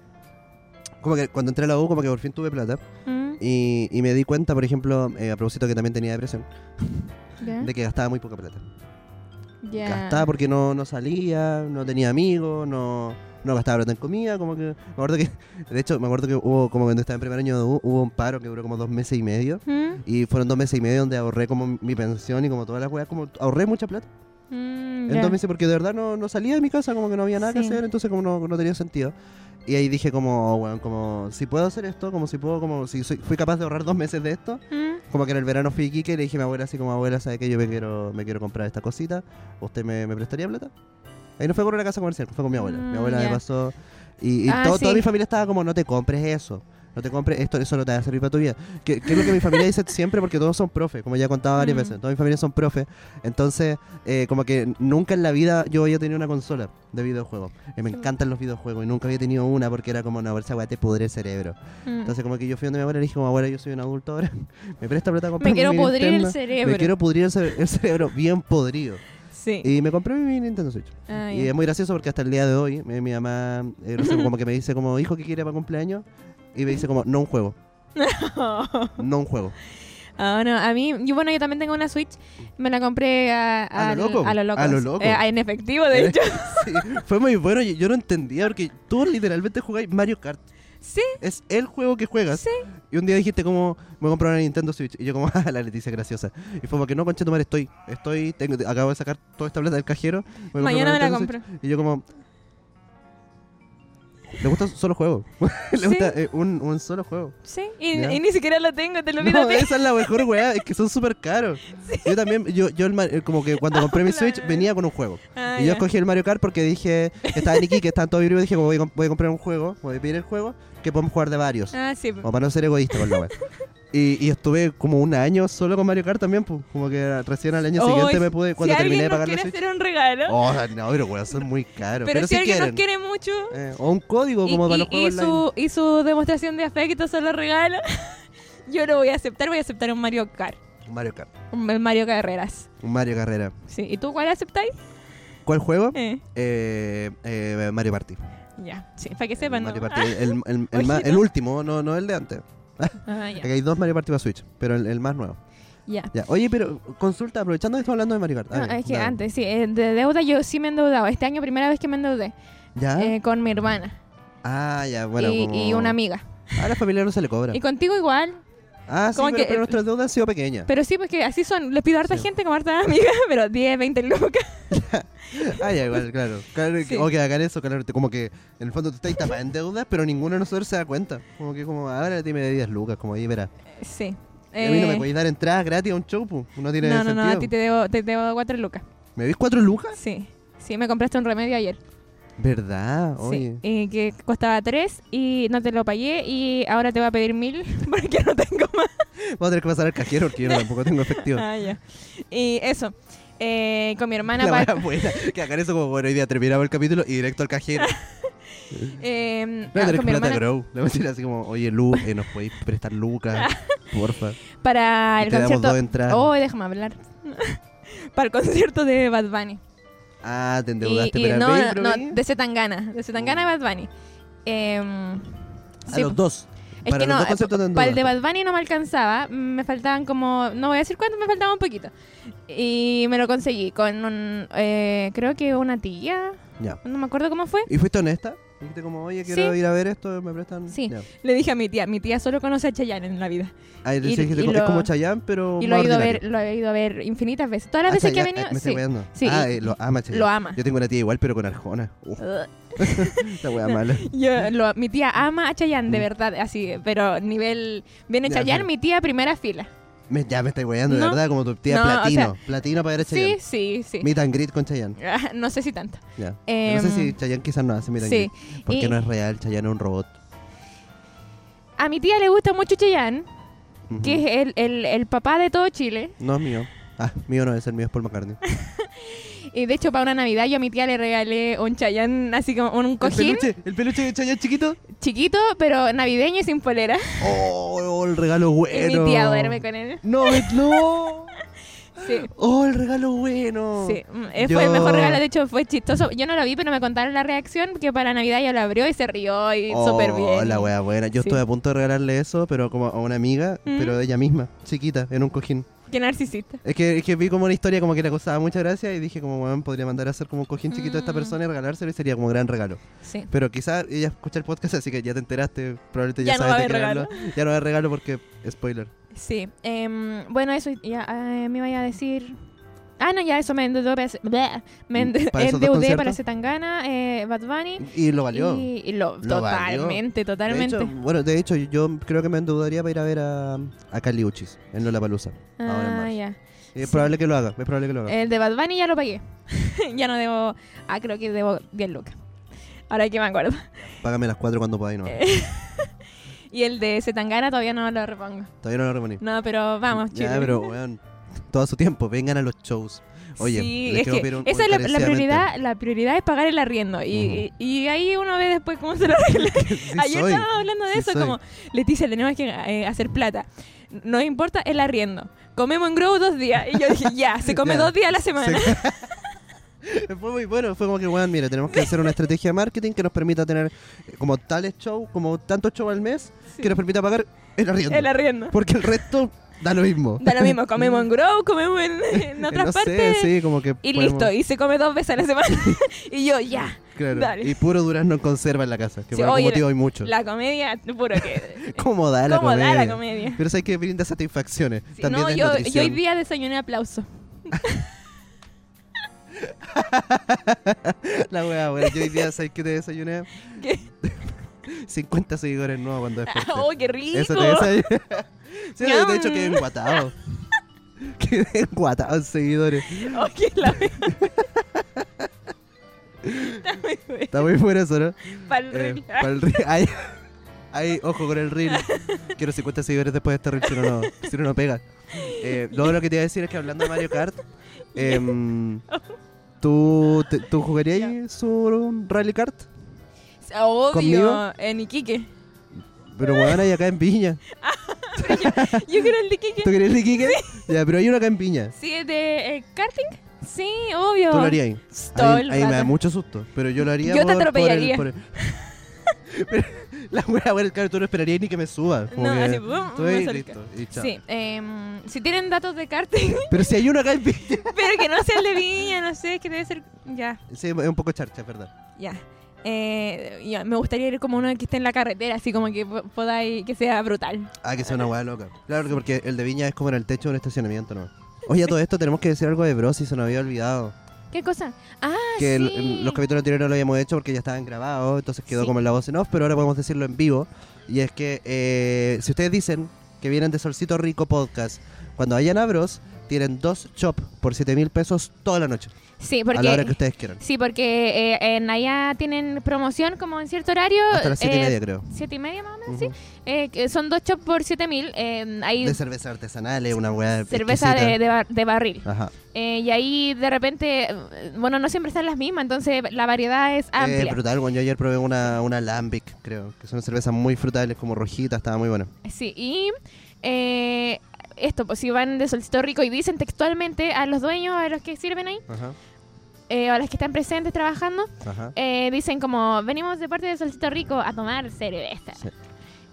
A: como que cuando entré a la U, como que por fin tuve plata.
B: Mm,
A: Y, y me di cuenta, por ejemplo, eh, a propósito que también tenía depresión,
B: ya.
A: de que gastaba muy poca plata.
B: ¿Eh? Ya.
A: Gastaba porque no, no salía, no tenía amigos, no, no gastaba plata en comida, como que... Me acuerdo que, de hecho, me acuerdo que hubo, como cuando estaba en primer año de U, hubo un paro que duró como dos meses y medio.
B: Mm,
A: Y fueron dos meses y medio donde ahorré como mi pensión y como todas las weas, como ahorré mucha plata.
B: mm, ya.
A: Entonces me dice, porque de verdad no, no salía de mi casa, como que no había nada que
B: Sí.
A: hacer, entonces como no, no tenía sentido. Y ahí dije como, bueno, como si puedo hacer esto, como si puedo, como si soy- fui capaz de ahorrar dos meses de esto,
B: Mm,
A: como que en el verano fui a Iquique y le dije a mi abuela así como, abuela, ¿sabe que Yo me quiero, me quiero comprar esta cosita, ¿usted me, me prestaría plata? Ahí no fue con una casa comercial, fue con mi abuela. mi
B: Mm,
A: abuela
B: ya.
A: me pasó... Y, y
B: Ah,
A: todo- toda
B: sí.
A: mi familia estaba como, no te compres eso. No te compres esto, eso no te va a servir para tu vida. Que, que es lo que mi familia dice siempre porque todos son profes, como ya he contado varias
B: Mm.
A: veces. Toda mi familia son profes. Entonces, eh, como que nunca en la vida yo había tenido una consola de videojuegos. Eh, me
B: Sí.
A: encantan los videojuegos y nunca había tenido una porque era como, no, esa weá te pudre el cerebro.
B: mm.
A: Entonces, como que yo fui donde mi abuela y le dije, como abuela, yo soy un adulto ahora. (laughs) Me presta plata a comprar
B: me quiero
A: mi
B: podrir
A: Nintendo.
B: el cerebro.
A: Me quiero pudrir el, cere- el cerebro bien podrido.
B: Sí.
A: Y me compré mi Nintendo Switch.
B: Ah,
A: Y
B: ya.
A: es muy gracioso porque hasta el día de hoy eh, mi mamá eh, no sé, como que me dice como hijo que quiere para cumpleaños y me dice como no un juego, no un juego.
B: (laughs) Ah, no, a mí, yo, bueno, yo también tengo una Switch. Me la compré a,
A: A lo
B: al-
A: loco.
B: A lo loco.
A: A lo loco.
B: Eh, en efectivo, de hecho. (laughs)
A: (laughs) Sí, fue muy bueno, yo, yo no entendía porque tú literalmente jugás Mario Kart.
B: Sí.
A: Es el juego que juegas.
B: Sí.
A: Y un día dijiste como me compré una Nintendo Switch y yo como (laughs) ah, la Leticia es graciosa. Y fue como que no conche tomar estoy, estoy tengo- acabo de sacar toda esta plata del cajero. voy a comprar
B: Mañana
A: una
B: me la
A: Nintendo
B: compro.
A: Y yo como... Le gusta solo juego. (laughs) Le
B: Sí.
A: gusta eh, un, un solo juego.
B: Sí. Y,
A: Ya.
B: y ni siquiera la tengo, te lo pido a
A: No, eh.
B: ti.
A: esa es la mejor weá, es que son súper
B: (laughs)
A: caros. Yo también, yo, yo el Mar- eh, como que cuando compré mi
B: la
A: Switch
B: verdad.
A: venía con un juego.
B: Ah,
A: y yo
B: ya.
A: escogí el Mario Kart porque dije, estaba en Iquique, estaba todo vivo, y dije, como voy, a com- voy a comprar un juego, voy a pedir el juego, que podemos jugar de varios.
B: Ah, sí. pues.
A: Como para no ser egoísta con la weá. Y, y estuve como un año solo con Mario Kart también, pues, como que recién al año
B: Oh,
A: siguiente
B: y
A: me pude, cuando
B: si
A: terminé de
B: alguien
A: pagar
B: nos
A: la
B: quiere
A: Switch.
B: hacer un regalo,
A: Oh, no, pero weón, son muy caros. Pero,
B: pero, si
A: si
B: alguien
A: quieren.
B: nos quiere mucho
A: Eh, o un código
B: y,
A: como para los
B: y- y
A: juegos online.
B: su, y su demostración de afecto se lo regala, (laughs) yo lo voy a aceptar. Voy a aceptar un Mario Kart,
A: Un Mario Kart,
B: un Mario Carreras.
A: un Mario Carrera.
B: Sí. ¿Y tú cuál aceptáis?
A: ¿Cuál juego?
B: Eh,
A: Eh, eh, Mario Party.
B: ya, sí, para que sepan. ¿no?
A: Mario Party,
B: (laughs)
A: el, el- el- el ma-
B: Ojito.
A: el último, no, no el de antes.
B: Ah, ya.
A: Porque hay dos Mario Party para Switch, pero el, el más nuevo.
B: ya.
A: Ya. Oye, pero consulta, aprovechando que estamos hablando de Mario Kart.
B: No,
A: dale,
B: es que
A: dale.
B: antes, sí, eh, de deuda yo sí me he endeudado. Este año, primera vez que me endeudé
A: ¿Ya?
B: eh, con mi hermana
A: ah, ya, Ah. bueno.
B: y,
A: como-
B: y una amiga.
A: A la familia no se le cobra.
B: Y contigo igual,
A: Ah, sí,
B: como
A: pero,
B: que-
A: pero nuestras deudas han sido pequeñas.
B: pero sí, porque así son. Les pido a harta
A: Sí.
B: gente como harta amiga, (laughs) pero 10, 20 lucas.
A: Ah, ya, igual,
B: (laughs)
A: claro. claro
B: Sí.
A: O que hagan eso, claro. te- Como que en el fondo tú estás tapada en deudas, pero ninguno de nosotros se da cuenta. Como que, como, "Ah, ahora dime de 10 lucas, como ahí, verá.
B: Sí.
A: Y A mí no me
B: Eh,
A: podéis dar entradas gratis a un show, pu. No tiene
B: no, no,
A: sentido.
B: no, a ti te debo, te debo 4 lucas.
A: ¿Me veis 4 lucas?
B: Sí. Sí, me compraste un remedio ayer.
A: ¿Verdad? Oye.
B: Sí. Y que costaba 3 y no te lo pagué y ahora te voy a pedir 1000 (laughs) porque no tengo más.
A: Voy a tener que pasar al cajero porque yo no- tampoco tengo efectivo.
B: (laughs) Ah, ya. Y eso. Eh, con mi hermana
A: La
B: pa-
A: wea buena. Que hagan eso como, bueno, hoy día terminaba el capítulo y directo al
B: (laughs)
A: cajero.
B: eh, ah,
A: Voy a tener
B: con
A: que
B: mi
A: plata
B: hermana
A: Grow. Le voy a decir así como, oye, Lu, eh, nos podéis prestar lucas,
B: (laughs)
A: porfa.
B: para
A: Y
B: el
A: te damos
B: concierto
A: dos entradas.
B: Oh, déjame hablar. (laughs) Para el concierto de Bad Bunny.
A: Ah, te
B: Y,
A: endeudaste,
B: y
A: pero
B: no,
A: ¿veis,
B: no,
A: pero
B: no,
A: veis?
B: de Zetangana. De Zetangana a Bad Bunny. Em,
A: Uh. A
B: sí,
A: los dos.
B: es
A: para
B: que
A: los
B: no, eh,
A: dos conciertos te
B: para el de
A: endeudaste.
B: Bad Bunny no me alcanzaba. Me faltaban como. No voy a decir cuánto, me faltaba un poquito. Y me lo conseguí con un. eh, creo que una tía.
A: Ya.
B: No me acuerdo cómo fue.
A: ¿Y fuiste honesta? Dijiste como, oye, quiero
B: Sí.
A: ir a ver esto, me prestan.
B: Sí.
A: Ya.
B: Le dije a mi tía. Mi tía solo conoce a Chayanne en la vida.
A: Ahí
B: Y-
A: dijiste,
B: y
A: como- es
B: lo-
A: como Chayanne, pero.
B: Y lo he,
A: más
B: ido a
A: ordinario.
B: ver, lo he ido a ver infinitas veces. Todas las
A: Ah,
B: veces que ha
A: Chayanne,
B: venido.
A: eh, me estoy
B: sí.
A: weando.
B: Sí,
A: Ah,
B: y-
A: eh, lo ama, Chayanne.
B: lo ama.
A: Yo tengo una tía igual, pero con
B: (laughs)
A: Arjona. Uf, la wea mala.
B: Yo, lo- mi tía ama a Chayanne, de
A: Mm.
B: verdad, así, pero nivel... Viene
A: Ya,
B: Chayanne,
A: sí.
B: mi tía, primera fila.
A: Me- ya me estáis weyando, de
B: No.
A: verdad, como tu tía
B: No, o
A: platino. platino para ver a Chayanne.
B: Sí, sí, sí.
A: Meet and greet con Chayanne.
B: Ah, No sé si tanto.
A: Ya.
B: Em,
A: no sé si Chayanne quizás no hace meet and
B: sí.
A: greet. Porque
B: Y-
A: no es real, Chayanne es un robot.
B: A mi tía le gusta mucho Chayanne,
A: Ujú.
B: que es el, el- el papá de todo Chile.
A: No es mío. Ah, mío no es el mío, es Paul McCartney.
B: Y de hecho, para una Navidad yo a mi tía le regalé un chayán, así como un
A: El
B: (laughs) cojín
A: peluche, el peluche de Chayanne chiquito.
B: chiquito, pero navideño y sin polera.
A: Oh, oh, el regalo
B: Y
A: bueno.
B: mi tía duerme con él.
A: No, me- no.
B: Sí.
A: Oh, el regalo bueno.
B: Sí, mm, eh,
A: Oh. Yo-
B: fue el mejor regalo, de hecho fue chistoso. Yo no lo vi, pero me contaron la reacción que para Navidad ya lo abrió y se rió y
A: Oh,
B: súper bien.
A: la wea buena. Yo
B: Sí.
A: estuve a punto de regalarle eso, pero como a una amiga,
B: ¿Mm?
A: pero ella misma, chiquita, en un cojín.
B: Qué narcisista.
A: Es que, es que vi como una historia como que le costaba mucha gracia y dije como, weón, podría mandar a hacer como un cojín chiquito a esta
B: Mm.
A: persona y regalárselo y sería como un gran regalo.
B: Sí.
A: Pero quizás ella escucha el podcast, así que ya te enteraste, probablemente ya,
B: Ya no va
A: sabes
B: a
A: de qué
B: haber
A: regalo. Ya no va a haber regalo porque, spoiler.
B: Sí. em, bueno, eso ya eh, me iba a decir. Ah, no, ya eso me endeudé para, ese- bleh, me
A: Mm,
B: ende-
A: ¿para esos dos
B: endeudé para
A: conciertos?
B: Zetangana, eh, Bad Bunny.
A: Y lo valió.
B: Y, y lo,
A: Lo valió.
B: totalmente,
A: De
B: totalmente.
A: hecho, bueno, de hecho, yo creo que me endeudaría para ir a ver a, a Carly Uchis en Lollapalooza. ahora en
B: ah,
A: marzo.
B: ya.
A: Y Es
B: Sí. Eh.
A: probable que lo haga, es probable que lo haga.
B: El de Bad Bunny ya lo pagué. (laughs) ya no debo. Ah, creo que debo 10 lucas. Ahora que me acuerdo.
A: Págame las cuatro cuando podáis, no.
B: Eh. Y el de Zetangana todavía no lo repongo.
A: Todavía no lo
B: (laughs)
A: reponí.
B: No, pero vamos, chicos.
A: Ya, pero, weón, todo su tiempo, vengan a los shows. Oye,
B: sí,
A: les
B: es
A: quiero
B: que
A: pedir un-
B: esa es la- la,
A: encarecidamente-
B: prioridad. La prioridad es pagar el arriendo. Y, y ahí uno ve después cómo se lo arregla.
A: (laughs)
B: (laughs)
A: Sí
B: Ayer
A: soy.
B: estábamos hablando de
A: sí
B: eso,
A: soy.
B: como, Leticia, tenemos que eh, hacer plata. No importa el arriendo. Comemos en Grow dos días. Y yo dije, ya, se come
A: Ya.
B: dos días a la (laughs) semana.
A: Se- (laughs) fue muy bueno, fue como que, weón, mira, tenemos que hacer una estrategia de marketing que nos permita tener eh, como tales shows, como tantos shows al mes,
B: Sí.
A: que nos permita pagar el arriendo.
B: El arriendo.
A: Porque el resto da lo mismo.
B: Da lo mismo, comemos en Grow, comemos en,
A: (laughs)
B: en otras
A: no sé,
B: partes.
A: sí, como que
B: Y
A: ponemos-
B: listo, y se come dos veces a la semana. (laughs) y yo, ya.
A: Claro,
B: dale.
A: Y puro durazno en conserva en la casa, que
B: Sí,
A: por algún
B: oye,
A: motivo hay mucho.
B: La comedia, puro que.
A: (laughs) ¿Cómo da la
B: ¿Cómo
A: comedia?
B: da la comedia?
A: Pero sabes que brinda satisfacciones.
B: Sí,
A: También
B: no,
A: es
B: yo, yo
A: nutrición.
B: hoy día desayuné aplauso.
A: (laughs)
B: (laughs)
A: La wea, wea. Yo hoy día, ¿sabes qué te desayuné?
B: ¿Qué?
A: 50 seguidores nuevos
B: (laughs)
A: cuando después.
B: ¡Oh, qué rico!
A: Eso te desayuné.
B: (laughs)
A: Sí,
B: Ñam.
A: de hecho quedé enguatado. (laughs) quedé enguatado en seguidores.
B: (laughs) ¡Oh, qué la (laughs) Está
A: Eh,
B: muy bueno.
A: Está muy bueno eso, ¿no?
B: Pa'l
A: Eh, (laughs)
B: reel.
A: para el reel. Ay, ay, ojo con el reel. Quiero 50 seguidores después de este reel, si no, no, si no, no pega. Eh, lo otro que te iba a decir es que hablando de Mario Kart, em, ¿tú, te- ¿tú jugarías su Rally Kart?
B: (laughs) Obvio,
A: ¿Conmigo?
B: en Iquique.
A: Pero weón, hay acá en Viña.
B: Yo creo el de
A: ¿Tú (laughs)
B: Iquique.
A: querías el de Iquique? Ya, pero hay uno acá en Viña.
B: ¿Sí, es de eh, karting? Sí, obvio.
A: Tú lo harías ahí.
B: Todo
A: Ahí,
B: el
A: ahí me da
B: rato.
A: mucho susto, pero yo lo haría.
B: Yo te
A: por- por el-
B: atropellaría.
A: por el- (laughs) Pero la wea, wea, el carro tú no esperarías ni que me suba. como
B: No,
A: que
B: así, pum,
A: tú
B: me
A: ahí,
B: acerca.
A: listo, y chao.
B: Sí, em, si tienen datos de karting,
A: Pero si hay uno acá en Viña.
B: pero que no sea el de Viña, no sé, que debe ser. Ya,
A: Sí, es un poco charcha, es verdad.
B: ya. Eh, ya, me gustaría ir como uno que esté en la carretera, así como que po- podáis, que sea brutal.
A: Ah, que sea una wea loca. Claro, que porque el de Viña es como en el techo de un estacionamiento, ¿no? Oye, a todo esto tenemos que decir algo de Brosi, se nos había olvidado.
B: ¿Qué cosa? Ah,
A: Que el-
B: sí.
A: en los capítulos anteriores no lo habíamos hecho porque ya estaban grabados, entonces quedó
B: Sí.
A: como en la voz en off, pero ahora podemos decirlo en vivo. Y es que eh, si ustedes dicen que vienen de Solcito Rico Podcast, cuando vayan a Bros, tienen dos chop por 7 mil pesos toda la noche,
B: Sí,
A: a la hora que
B: porque.
A: ustedes quieran.
B: Sí, porque eh, en allá tienen promoción como en cierto horario.
A: Hasta las 7 y
B: eh,
A: media, creo.
B: siete y media más o menos,
A: Ujú.
B: sí. Eh, que son dos chops por 7000. Eh, hay
A: De cerveza artesanal, es una weá.
B: cerveza de, de bar- de barril.
A: Ajá.
B: Eh, y ahí de repente, eh, bueno, no siempre están las mismas, entonces la variedad es
A: Es
B: amplia.
A: Eh, brutal, bueno, yo ayer probé una, una Lambic, creo, que son cervezas muy frutales, como rojitas, estaba muy buena.
B: Sí, y eh, esto, pues si van de Solcito Rico y dicen textualmente a los dueños, a los que sirven ahí,
A: Ajá,
B: eh, a los que están presentes trabajando,
A: ajá.
B: eh, dicen como, venimos de parte de Solcito Rico a tomar cerveza.
A: Sí.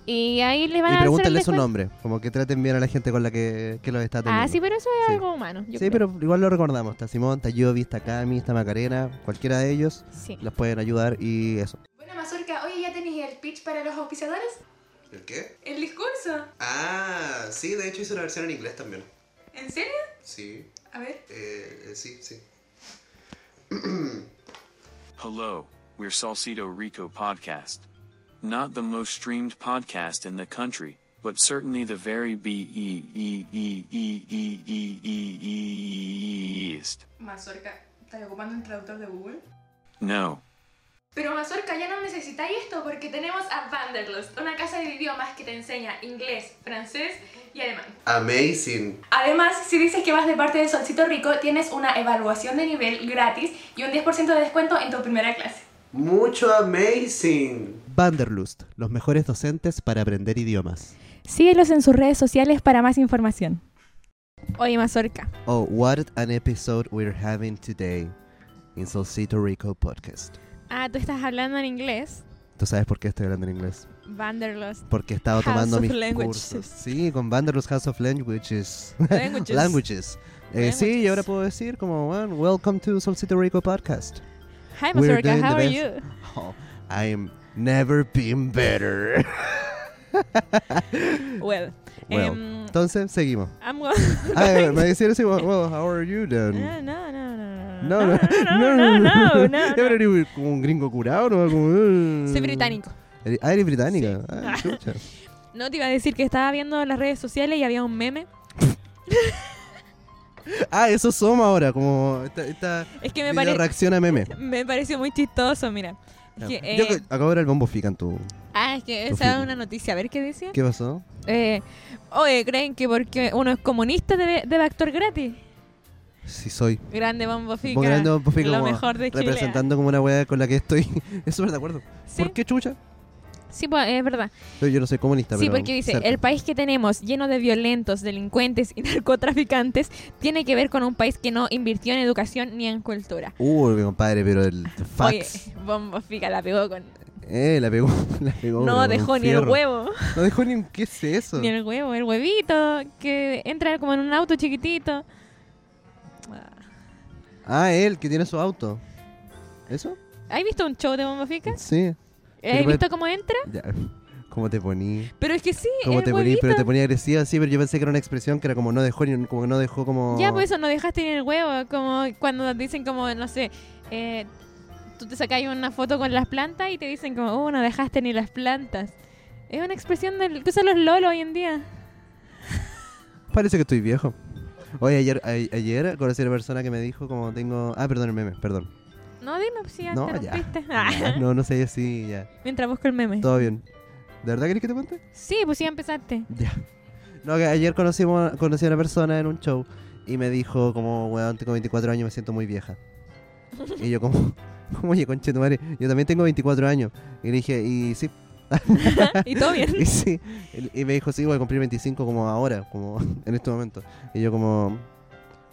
B: Y ahí les van
A: Y
B: a hacer el
A: pregúntale su
B: descuento.
A: nombre, como que traten bien a la gente con la que, que los está atendiendo.
B: Ah, sí, pero eso es
A: Sí.
B: algo humano. yo
A: Sí,
B: creo.
A: pero igual lo recordamos. Está Simón, está Yovi, está Cami, está Macarena. Cualquiera de ellos
B: Sí.
A: los pueden ayudar y eso.
C: Bueno, Mazurka, oye, ¿ya tenéis el pitch para los auspiciadores?
A: ¿El qué?
C: ¿El discurso?
A: Ah, sí, de hecho hice una versión en inglés también.
C: ¿En serio?
A: Sí, Eh,
C: A ver.
A: sí, sí.
D: Hello, we're Salcedo Rico Podcast. Not the most streamed podcast in the country, but certainly the very be e e e e e e e e east.
C: Mazurka, ¿estás ocupando el traductor de Google?
D: No.
C: Pero Mazorca, ya no necesitáis esto porque tenemos a Vanderlust, una casa de idiomas que te enseña inglés, francés y alemán.
A: Amazing.
C: Además, si dices que vas de parte de Solcito Rico, tienes una evaluación de nivel gratis y un 10% de descuento en tu primera clase.
E: Mucho amazing.
A: Vanderlust, los mejores docentes para aprender idiomas.
B: Síguelos en sus redes sociales para más información. Oye, Mazorca.
A: Oh, what an episode we're having today in Solcito Rico podcast.
B: Ah, tú estás hablando en inglés.
A: ¿Tú sabes por qué estoy hablando en inglés?
B: Vanderlust.
A: Porque he estado
B: House
A: tomando
B: of
A: mis
B: Languages.
A: cursos. Sí, con Vanderlust House of Languages. (laughs)
B: Languages.
A: Languages. Eh, sí, y ahora puedo decir como, bueno, welcome to Solcito Rico podcast.
B: Hi,
A: We're
B: Mazorca.
A: doing the
B: How are
A: best.
B: you?
A: (laughs) Oh, I'm never been better. (laughs)
B: Well,
A: Well,
B: em,
A: Entonces,
B: (laughs)
A: seguimos.
B: I'm going...
A: A ver,
B: (laughs)
A: me decían así, well, well, how are you then?
B: No, no, no, no,
A: No, no,
B: no, no, no, no,
A: Yo
B: no.
A: era un- como un gringo curado, ¿no? Como, eh.
B: Soy británico.
A: Eri- Ah, eres británica. Ah, chucha.
B: No te iba a decir que estaba viendo las redes sociales y había un meme.
A: Ah, eso somos ahora, como esta, esta
B: Es que me,
A: video
B: pare-
A: reacción a meme.
B: me pareció muy chistoso, mira. Es que, eh,
A: Yo que- acabo de ver el bombo fican tú.
B: ah, es que esa es una noticia. A ver qué decía.
A: ¿Qué pasó?
B: Eh, oye, ¿creen que porque uno es comunista debe, debe actuar gratis?
A: Sí, soy.
B: Grande Bombo Fica.
A: Bombo grande, bombo fica,
B: Lo
A: como
B: mejor de Chile.
A: representando como una wea con la que estoy. (laughs) Es súper de acuerdo.
B: Sí,
A: ¿Por qué chucha?
B: sí, pues, es verdad.
A: Yo, yo no soy comunista,
B: Sí,
A: pero
B: porque dice,
A: cerca.
B: el país que tenemos lleno de violentos, delincuentes y (laughs) narcotraficantes tiene que ver con un país que no invirtió en educación ni en cultura.
A: Uy, Uh, mi compadre, pero el fax.
B: Oye, Bombo Fica la pegó con...
A: Eh, la pegó, (laughs) la pegó. pero
B: no
A: con
B: dejó
A: un
B: ni el
A: fierro.
B: huevo,
A: No dejó ni un. ¿Qué es eso?
B: ni el huevo, el huevito, que entra como en un auto chiquitito. Ah.
A: Ah, él que tiene su auto. ¿Eso?
B: ¿Has visto un show de Bombo Fica?
A: Sí.
B: ¿Has
A: pero-
B: visto cómo entra?
A: Ya. ¿Cómo te poní?
B: Pero es que sí,
A: ¿Cómo
B: el
A: te poní?
B: huevito.
A: Pero te ponía agresiva, sí, pero yo pensé que era una expresión que era como no dejó ni como que no dejó como.
B: Ya, pues eso, no dejaste ni el huevo. Como cuando dicen, como, no sé, eh, tú te sacas una foto con las plantas y te dicen, como, oh, no dejaste ni las plantas. Es una expresión del que usan los lolos hoy en día.
A: Parece que estoy viejo. Oye, ayer, a- ayer conocí a una persona que me dijo como tengo. Ah, perdón, el meme, perdón.
B: No, dime pues, si ya
A: No,
B: te
A: ya. (laughs)
B: rompiste. Ah,
A: Ya, No, no sé, sí, ya.
B: Mientras busco el meme.
A: Todo bien. ¿De verdad querés que te cuente?
B: Sí, pues ya empezaste.
A: Ya. No, que ayer conocimos, conocí a una persona en un show y me dijo como, weón, tengo 24 años, me siento muy vieja. Y yo como, (laughs) como oye, conchetumare, yo también tengo 24 años. Y le dije, y sí,
B: (laughs) y todo bien.
A: (laughs) y sí. Y me dijo, sí, voy a cumplir 25 como ahora, como (laughs) en este momento. Y yo como,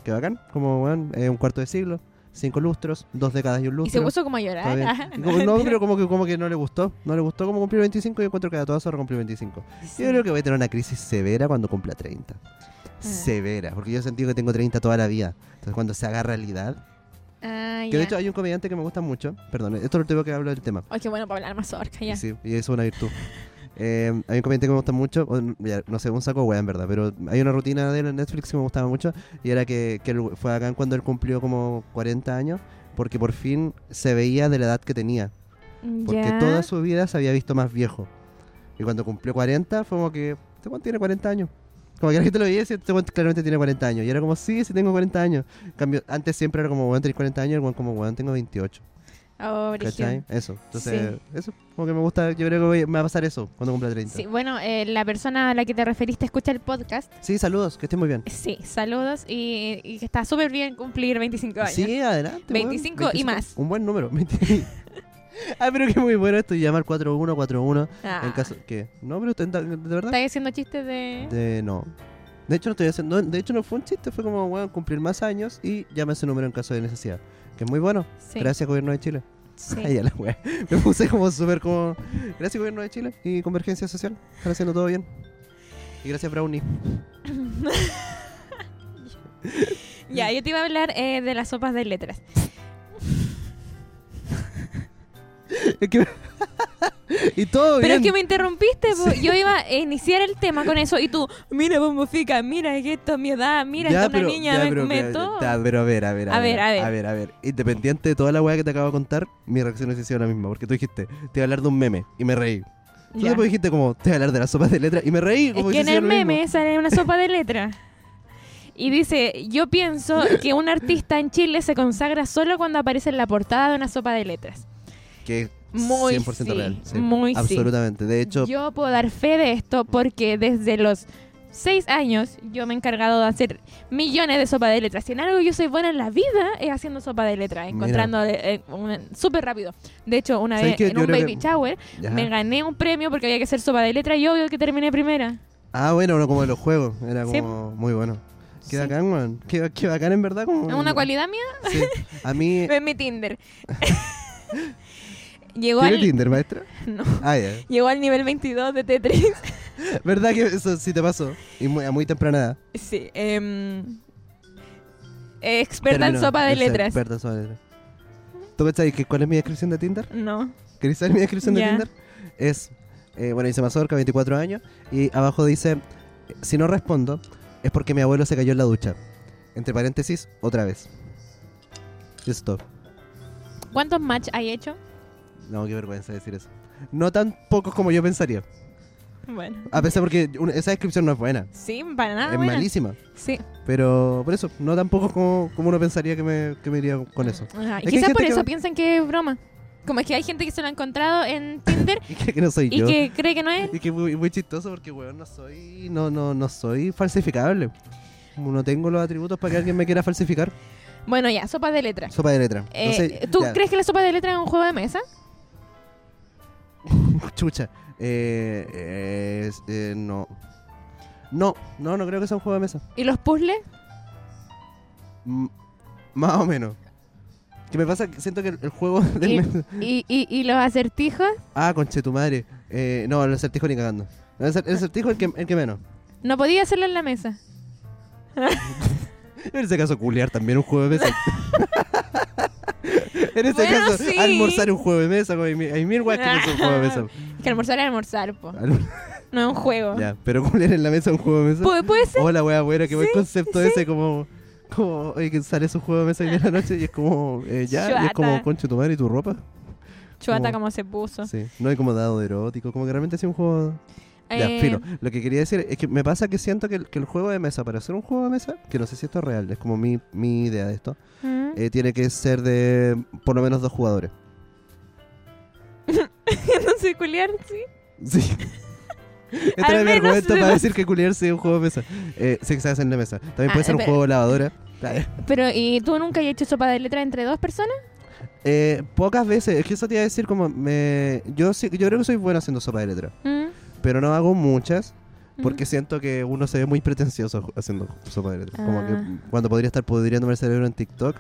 A: qué bacán, como, weón, eh, un cuarto de siglo, cinco lustros, dos décadas y un
B: Y se
A: lustro.
B: puso como a
A: Está bien.
B: llorar.
A: Y como- no, pero como que, como que no le gustó. No le gustó como cumplir 25 y encuentro que a todas horas cumplir 25.
B: Sí.
A: Yo creo que voy a tener una crisis severa cuando cumpla 30.
B: Ah.
A: Severa, porque yo he sentido que tengo 30 toda la vida. Entonces, cuando se haga realidad.
B: (laughs) Ah,
A: Que
B: ya.
A: de hecho hay un comediante que me gusta mucho. Perdón, esto lo tengo que hablar del tema.
B: Ay, Oh, qué bueno para hablar más orca, ya.
A: Y sí, y eso es una virtud. Eh, hay un comediante que me gusta mucho. o n- ya, no sé, un saco de hueá en verdad. Pero hay una rutina de él en Netflix que me gustaba mucho. Y era que, que él fue acá cuando él cumplió como 40 años. Porque por fin se veía de la edad que tenía. Porque
B: Ya.
A: toda su vida se había visto más viejo. Y cuando cumplió 40, fue como que, este weón tiene 40 años. Como que la gente lo veía y decía, este weón claramente tiene 40 años. Y era como, sí, sí tengo 40 años. En Cambio, antes siempre era como, weón, tenés 40 años. Y el weón como, weón, tengo 28.
B: Oh, brígido.
A: ¿Cachai? Eso. Entonces, eso. Como que me gusta, yo creo que voy- me va a pasar eso cuando cumpla 30.
B: Sí,
A: Sí,
B: bueno, eh, la persona a la que te referiste escucha el podcast.
A: saludos, que estés muy bien.
B: Sí, saludos y, y que está súper bien cumplir 25 años.
A: Sí, adelante. weón.
B: 25 y más.
A: Un buen número. 20. (laughs) ah, pero que muy bueno esto. y Llamar 4141.
B: Ah,
A: En caso que. No, pero ten- de verdad.
B: ¿Estáis haciendo chistes de...?
A: De no. De hecho, no estoy haciendo. De hecho, no fue un chiste, fue como, weón, cumplir más años y llama ese número en caso de necesidad. Que es muy bueno.
B: Sí,
A: Gracias, gobierno de Chile.
B: sí.
A: (laughs) Ay, a la wea. Me puse como súper como. Gracias, gobierno de Chile y Convergencia Social. Están haciendo todo bien. Y gracias, Brownie. (laughs)
B: Ya, yo te iba a hablar eh, de las sopas de letras.
A: Es que- (laughs) y todo
B: Pero es
A: bien.
B: que me interrumpiste. po. Yo iba a iniciar el tema con eso y tú, mira, bombofica, mira, es que esto es mi edad, mira,
A: Ya,
B: esta es una
A: pero-
B: niña,
A: ya,
B: me,
A: pero,
B: me
A: que-
B: todo.
A: ya, pero a ver, a ver, a,
B: A
A: ver,
B: ver, a ver.
A: A ver, a ver. Independiente de toda la weá que te acabo de contar, mi reacción hubiese sido la misma. Porque tú dijiste, te voy a hablar de un meme y me reí. Tú
B: Ya.
A: después dijiste como, te voy a hablar de las sopas de letras y me reí.
B: Es
A: Como
B: que
A: hubiese
B: en
A: sido
B: el
A: lo mismo.
B: meme sale una sopa de letras. Y dice, yo pienso que un artista en Chile se consagra solo cuando aparece en la portada de una sopa de letras.
A: que es
B: Muy
A: 100%
B: sí,
A: real. sí,
B: muy sí.
A: absolutamente. De hecho,
B: Yo puedo dar fe de esto porque desde los seis años yo me he encargado de hacer millones de sopa de letras. Si en algo yo soy buena en la vida es haciendo sopa de letras,
A: Mira.
B: encontrando de- eh, un- súper rápido. De hecho, una
A: ¿Sabes
B: vez
A: qué?
B: en
A: Yo
B: un
A: creo
B: baby
A: que-
B: shower
A: ya.
B: me gané un premio porque había que hacer sopa de letras y obvio que terminé primera.
A: ah, bueno, no como de los juegos, era
B: Sí.
A: como muy bueno. Qué
B: Sí.
A: bacán, man. Qué, qué bacán, en verdad. Como,
B: ¿Es una cualidad mía?
A: Sí. A
B: (laughs)
A: mí.
B: Es
A: (laughs)
B: mi Tinder. llegó,
A: ¿Tiene
B: al,
A: Tinder, maestra?
B: (laughs) No.
A: Ah, ya.
B: llegó al nivel 22 de Tetris. (laughs)
A: ¿Verdad que eso sí te pasó? Y muy, a muy temprana edad.
B: sí. em, experta en
A: Terminó.
B: sopa de
A: Esa,
B: letras.
A: Experta en sopa de letras. ¿Tú pensás que cuál es mi descripción de Tinder?
B: No.
A: ¿Queréis saber mi descripción de
B: Ya.
A: Tinder? Es, eh, bueno, dice Mazorca, 24 años, y abajo dice, si no respondo, es porque mi abuelo se cayó en la ducha. Entre paréntesis, otra vez. Esto.
B: ¿Cuántos match hay hecho?
A: No, qué vergüenza decir eso. No tan pocos como yo pensaría.
B: Bueno.
A: A pesar porque una- esa descripción no es buena.
B: Sí, para nada.
A: es
B: Ah, buena.
A: malísima.
B: Sí.
A: Pero por eso, no tan pocos como, como uno pensaría que me, que me iría con eso. (laughs)
B: Ajá, y
A: Es que hay
B: quizás por
A: gente que
B: eso
A: va-
B: piensan que es broma. Como es que hay gente que se lo ha encontrado en Tinder
A: Y que, que no soy
B: y
A: yo.
B: que cree que no es.
A: Y que es muy, muy chistoso porque, weón, no soy, no, no, no soy falsificable. Como No tengo los atributos para que alguien me quiera falsificar.
B: Bueno, ya, sopa de letra.
A: Sopa de letra.
B: Eh,
A: Entonces,
B: ¿Tú
A: ya,
B: crees que la sopa de letra es un juego de mesa?
A: (laughs) Chucha. Eh, es- eh, no. No, no, no creo que sea un juego de mesa.
B: ¿Y los puzzles?
A: M- más o menos. ¿Qué me pasa? Que Siento que el, el juego del
B: ¿Y,
A: mes-
B: y, y- y los acertijos?
A: Ah, conche tu madre. Eh, no, el acertijo ni cagando. El acer- el acertijo es el que, el que menos.
B: No podía hacerlo en la mesa.
A: En ese caso, culear también un juego
B: (laughs)
A: de mesa. en ese
B: Bueno,
A: caso,
B: sí.
A: almorzar un juego de mesa. güey. Hay mil- hay mil weas que no son juego de mesa.
B: Que almorzar es almorzar, po.
A: Al-
B: No es un juego.
A: ya, pero culear en la mesa es un juego de mesa.
B: Pu- puede ser.
A: Hola, wea, buena, qué buen
B: Pues, Sí,
A: concepto
B: sí.
A: ese. Como, como, oye, que sale su juego de mesa hoy día en la noche y es como, eh, ya, y es
B: Chuata.
A: como, conche tu madre y tu ropa.
B: Chuata
A: Oh, como-
B: como se puso.
A: Sí, no hay como dado erótico, como que realmente es un juego. Ya,
B: Eh,
A: filo. Lo que quería decir es que me pasa que siento que el, que el juego de mesa, para ser un juego de mesa, que no sé si esto es real, es como mi, mi idea de esto,
B: ¿Mm?
A: eh, tiene que ser de por lo menos dos jugadores.
B: (laughs)
A: (laughs)
B: no sé, culiar, sí. (laughs)
A: Sí. Esta
B: Al
A: era mi
B: menos
A: argumento
B: de
A: para
B: dos.
A: decir que culiar sea un juego de mesa. Eh, sí, que se hace en la mesa. También
B: Ah,
A: puede ser un
B: espera.
A: juego de lavadora.
B: (laughs) Pero, ¿y tú nunca has hecho sopa de letra entre dos personas?
A: Eh, pocas veces, es que eso te iba a decir como me yo sí- yo creo que soy bueno haciendo sopa de letra,
B: ¿Mm?
A: pero no hago muchas
B: ¿Mm?
A: porque siento que uno se ve muy pretencioso ju- haciendo sopa de letra. Como
B: Ah.
A: que cuando podría estar pudriéndome el cerebro en TikTok,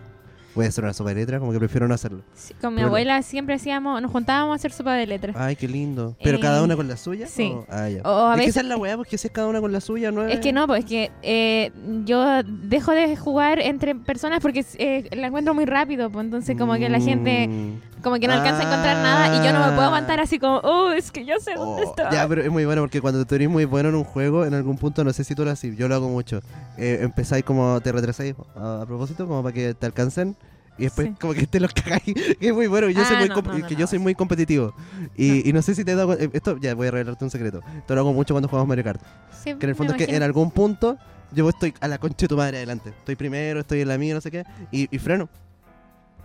A: voy a hacer una sopa de letra, como que prefiero no hacerlo.
B: Sí, con mi
A: Bueno.
B: abuela siempre hacíamos, nos juntábamos a hacer sopa de letras.
A: Ay, qué lindo. Pero
B: Eh,
A: cada una con la suya.
B: sí.
A: o- ah, ya.
B: O
A: es
B: a
A: que
B: veces-
A: esa es la weá, porque si es cada una con la suya, no
B: Es que no, pues es que eh, yo dejo de jugar entre personas porque eh, la encuentro muy rápido, pues, entonces como que la gente
A: Mm. Ah.
B: como que no alcanza a encontrar nada y yo no me puedo aguantar así como, oh, es que yo sé dónde
A: Oh,
B: está.
A: ya, pero es muy bueno porque cuando tú eres muy bueno en un juego, en algún punto, no sé si tú lo haces, yo lo hago mucho. Eh, empezáis como, te retrasáis a, a propósito, como para que te alcancen. Y después
B: Sí.
A: como que te los cagáis. (laughs) que Es muy bueno. Yo soy
B: Ah,
A: muy
B: no,
A: comp-
B: no, no,
A: que
B: no,
A: yo soy muy competitivo. Y, y no sé si te he dado cu- eh, Esto, ya voy a revelarte un secreto. Esto lo hago mucho cuando jugamos Mario Kart.
B: Sí,
A: Que en el
B: me
A: fondo es que en
B: imagino.
A: algún punto yo estoy a la concha de tu madre adelante. Estoy primero, estoy en la mía, no sé qué. Y, y freno.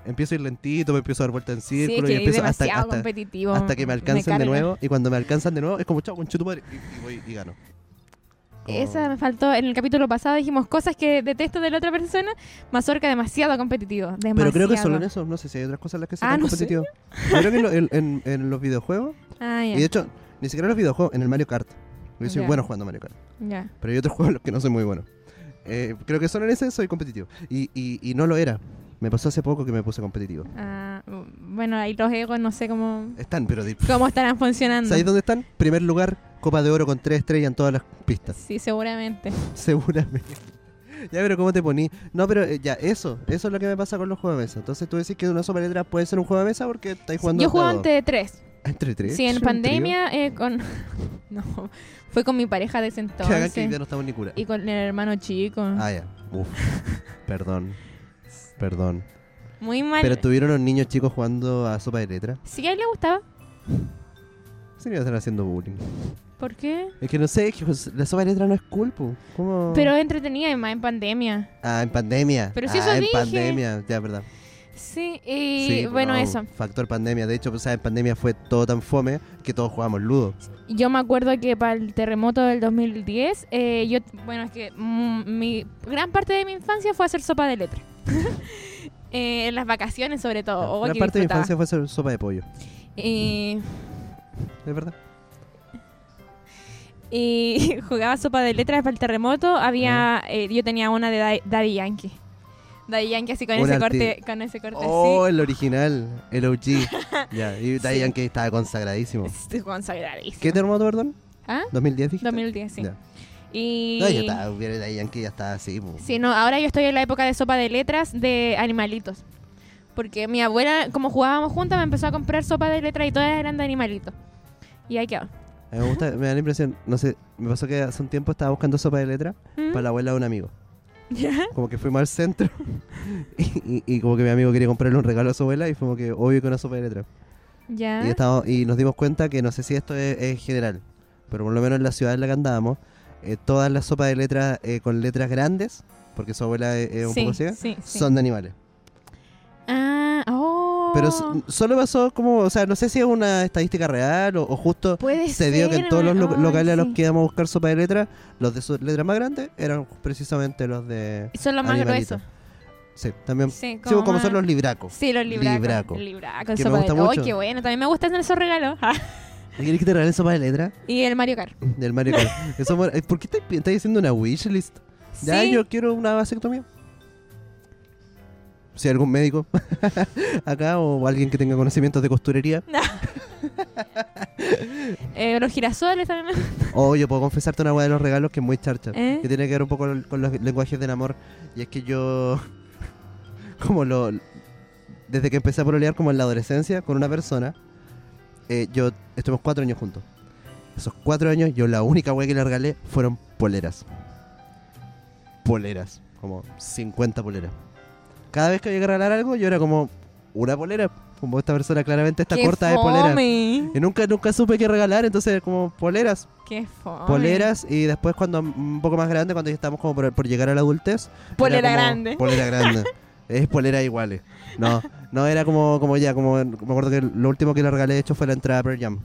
A: Empiezo a ir lentito, me empiezo a dar vuelta en
B: Sí, es
A: círculo y
B: que es
A: empiezo hasta,
B: demasiado
A: hasta,
B: competitivo.
A: hasta que me alcancen de
B: carga.
A: nuevo. Y cuando me alcanzan de nuevo, es como chao, con tu madre", Y, y voy y gano. Como-
B: Esa me faltó. En el capítulo pasado dijimos cosas que detesto de la otra persona. Mazorca demasiado competitivo. Demasiado.
A: Pero creo que solo en eso. No sé si hay otras cosas en las que se
B: Ah,
A: tan
B: no sé.
A: competitivo. Yo creo que en, lo- en- en- en los videojuegos.
B: Ah,
A: Y de
B: ya.
A: hecho, ni siquiera en los videojuegos, en el Mario Kart. Yo soy
B: Ya.
A: bueno jugando Mario Kart.
B: ya.
A: Pero hay otros (laughs) juegos en los que no soy muy bueno. Eh, creo que solo en ese soy competitivo. Y, y- y no lo era. Me pasó hace poco que me puse competitivo.
B: Ah, bueno, ahí los egos no sé cómo,
A: Están, pero de-
B: cómo estarán funcionando.
A: ¿sabéis dónde están? Primer lugar, Copa de Oro con tres estrellas en todas las pistas. (laughs)
B: Sí, seguramente.
A: Seguramente. (laughs) Ya, pero ¿cómo te poní? No, pero eh, ya, eso. Eso es lo que me pasa con los juegos de mesa. Entonces tú decís que una sopa de letras puede ser un juego de mesa porque estáis jugando.
B: Yo
A: de
B: juego
A: a dos.
B: entre tres.
A: Entre tres.
B: Sí, en
A: un
B: pandemia eh, con... (laughs) no, fue con mi pareja de
A: (laughs)
B: ese
A: trío. Que hagan que hoy día
B: entonces.
A: no estamos ni cura.
B: Y con el hermano chico.
A: Ah, ya.
B: (laughs)
A: Uf. Perdón. Perdón.
B: Muy mal.
A: Pero tuvieron los niños chicos jugando a sopa de letras.
B: Sí, a él le gustaba.
A: Sí, le están haciendo bullying.
B: ¿Por qué?
A: Es que no sé, es que pues, la sopa de letras no es culpo. ¿Cómo?
B: Pero entretenía y más en pandemia.
A: Ah, en pandemia.
B: Pero si
A: Ah,
B: eso
A: en
B: dije.
A: pandemia. Ya, verdad.
B: Sí, y
A: Sí,
B: bueno,
A: no,
B: eso.
A: Factor pandemia. De hecho, pues, ¿sabes? en pandemia fue todo tan fome que todos jugábamos ludo.
B: Yo me acuerdo que para el terremoto del 2010, eh, yo, bueno, es que mm, mi gran parte de mi infancia fue hacer sopa de letra. (laughs) Eh, en las vacaciones, sobre todo. Oh,
A: Gran
B: que
A: parte de mi
B: disfrutaba.
A: infancia fue hacer sopa de pollo.
B: Y,
A: ¿Es verdad?
B: y (laughs) jugaba sopa de letras para el terremoto. Había, eh, yo tenía una de Da- Daddy Yankee. Daddy Yankee así con
A: Un
B: ese
A: arti-
B: corte, con ese corte
A: Oh, el original, el
B: (laughs)
A: OG. ya, y
B: Sí.
A: Dayan que estaba consagradísimo.
B: así. Consagradísimo.
A: ¿Qué terremoto, perdón?
B: ¿Ah?
A: ¿2010 dijiste?
B: 2010, sí.
A: Ya.
B: Y
A: No, ya está, hubiera Dayan que ya está así. po.
B: Sí, no, ahora yo estoy en la época de sopa de letras de animalitos. Porque mi abuela, como jugábamos juntas, me empezó a comprar sopa de letras y todas eran de animalitos. Y ahí quedó.
A: A mí me gusta, me da la impresión, no sé, me pasó que hace un tiempo estaba buscando sopa de letra
B: ¿Mm?
A: para la abuela de un amigo.
B: ¿Ya?
A: Como que fuimos al centro (laughs) y, y- y como que mi amigo quería comprarle un regalo a su abuela y fuimos que obvio que una sopa de letra.
B: ¿Ya?
A: Y, estaba- y nos dimos cuenta que no sé si esto es, es general, pero por lo menos en la ciudad en la que andábamos, eh, todas las sopas de letras eh, con letras grandes, porque su abuela es, es un
B: Sí,
A: poco ciega,
B: sí, sí.
A: son de animales.
B: Ah, oh.
A: Pero so- solo pasó como, o sea, no sé si es una estadística real o, o justo
B: Puede
A: se dio que en
B: ser,
A: todos los lo-
B: weón. Ay,
A: locales a los
B: sí.
A: que íbamos a buscar sopa de letras, los de sus letras más grandes eran precisamente los de...
B: Son los más
A: animalitos.
B: gruesos.
A: Sí, también... Sí, pues,
B: Sí,
A: como,
B: más-
A: son los libracos.
B: Sí, los libracos.
A: Libraco.
B: Libraco,
A: Que me
B: sopa
A: gusta
B: de letras.
A: mucho. Ah.
B: Oh, qué bueno. También me gustan esos regalos.
A: ¿Quieres que te regalen sopa de letras?
B: (laughs)
A: (laughs)
B: y el Mario Kart.
A: Del Mario Kart.
B: (laughs)
A: Eso mor- eh, ¿Por qué estáis estáis haciendo una wishlist? Ya,
B: Sí.
A: yo quiero una vasectomía. Si hay algún médico (laughs) acá o alguien que tenga conocimientos de costurería.
B: Eh, los girasoles también. me-
A: O Oh, yo puedo confesarte una hueá de los regalos que es muy charcha.
B: ¿Eh?
A: Que tiene que ver un poco con los lenguajes del amor. Y es que yo, (laughs) como lo. Desde que empecé a pololear como en la adolescencia con una persona, eh, yo estuvimos cuatro años juntos. Esos cuatro años, yo la única hueá que le regalé fueron poleras. Poleras. Como 50 poleras. Cada vez que había que regalar algo, yo era como una polera. Como esta persona claramente está
B: (laughs) Qué
A: corta de poleras.
B: fome.
A: Y nunca, nunca supe qué regalar, entonces como poleras
B: Qué fome.
A: poleras y después cuando mm, un poco más grande, cuando ya estábamos como por, por llegar a la adultez. era
B: Polera
A: como-
B: grande.
A: Polera
B: (laughs)
A: grande. es polera iguales. No, no era como, como ya, como me acuerdo que lo último que le regalé de hecho fue la entrada a Pearl Jam.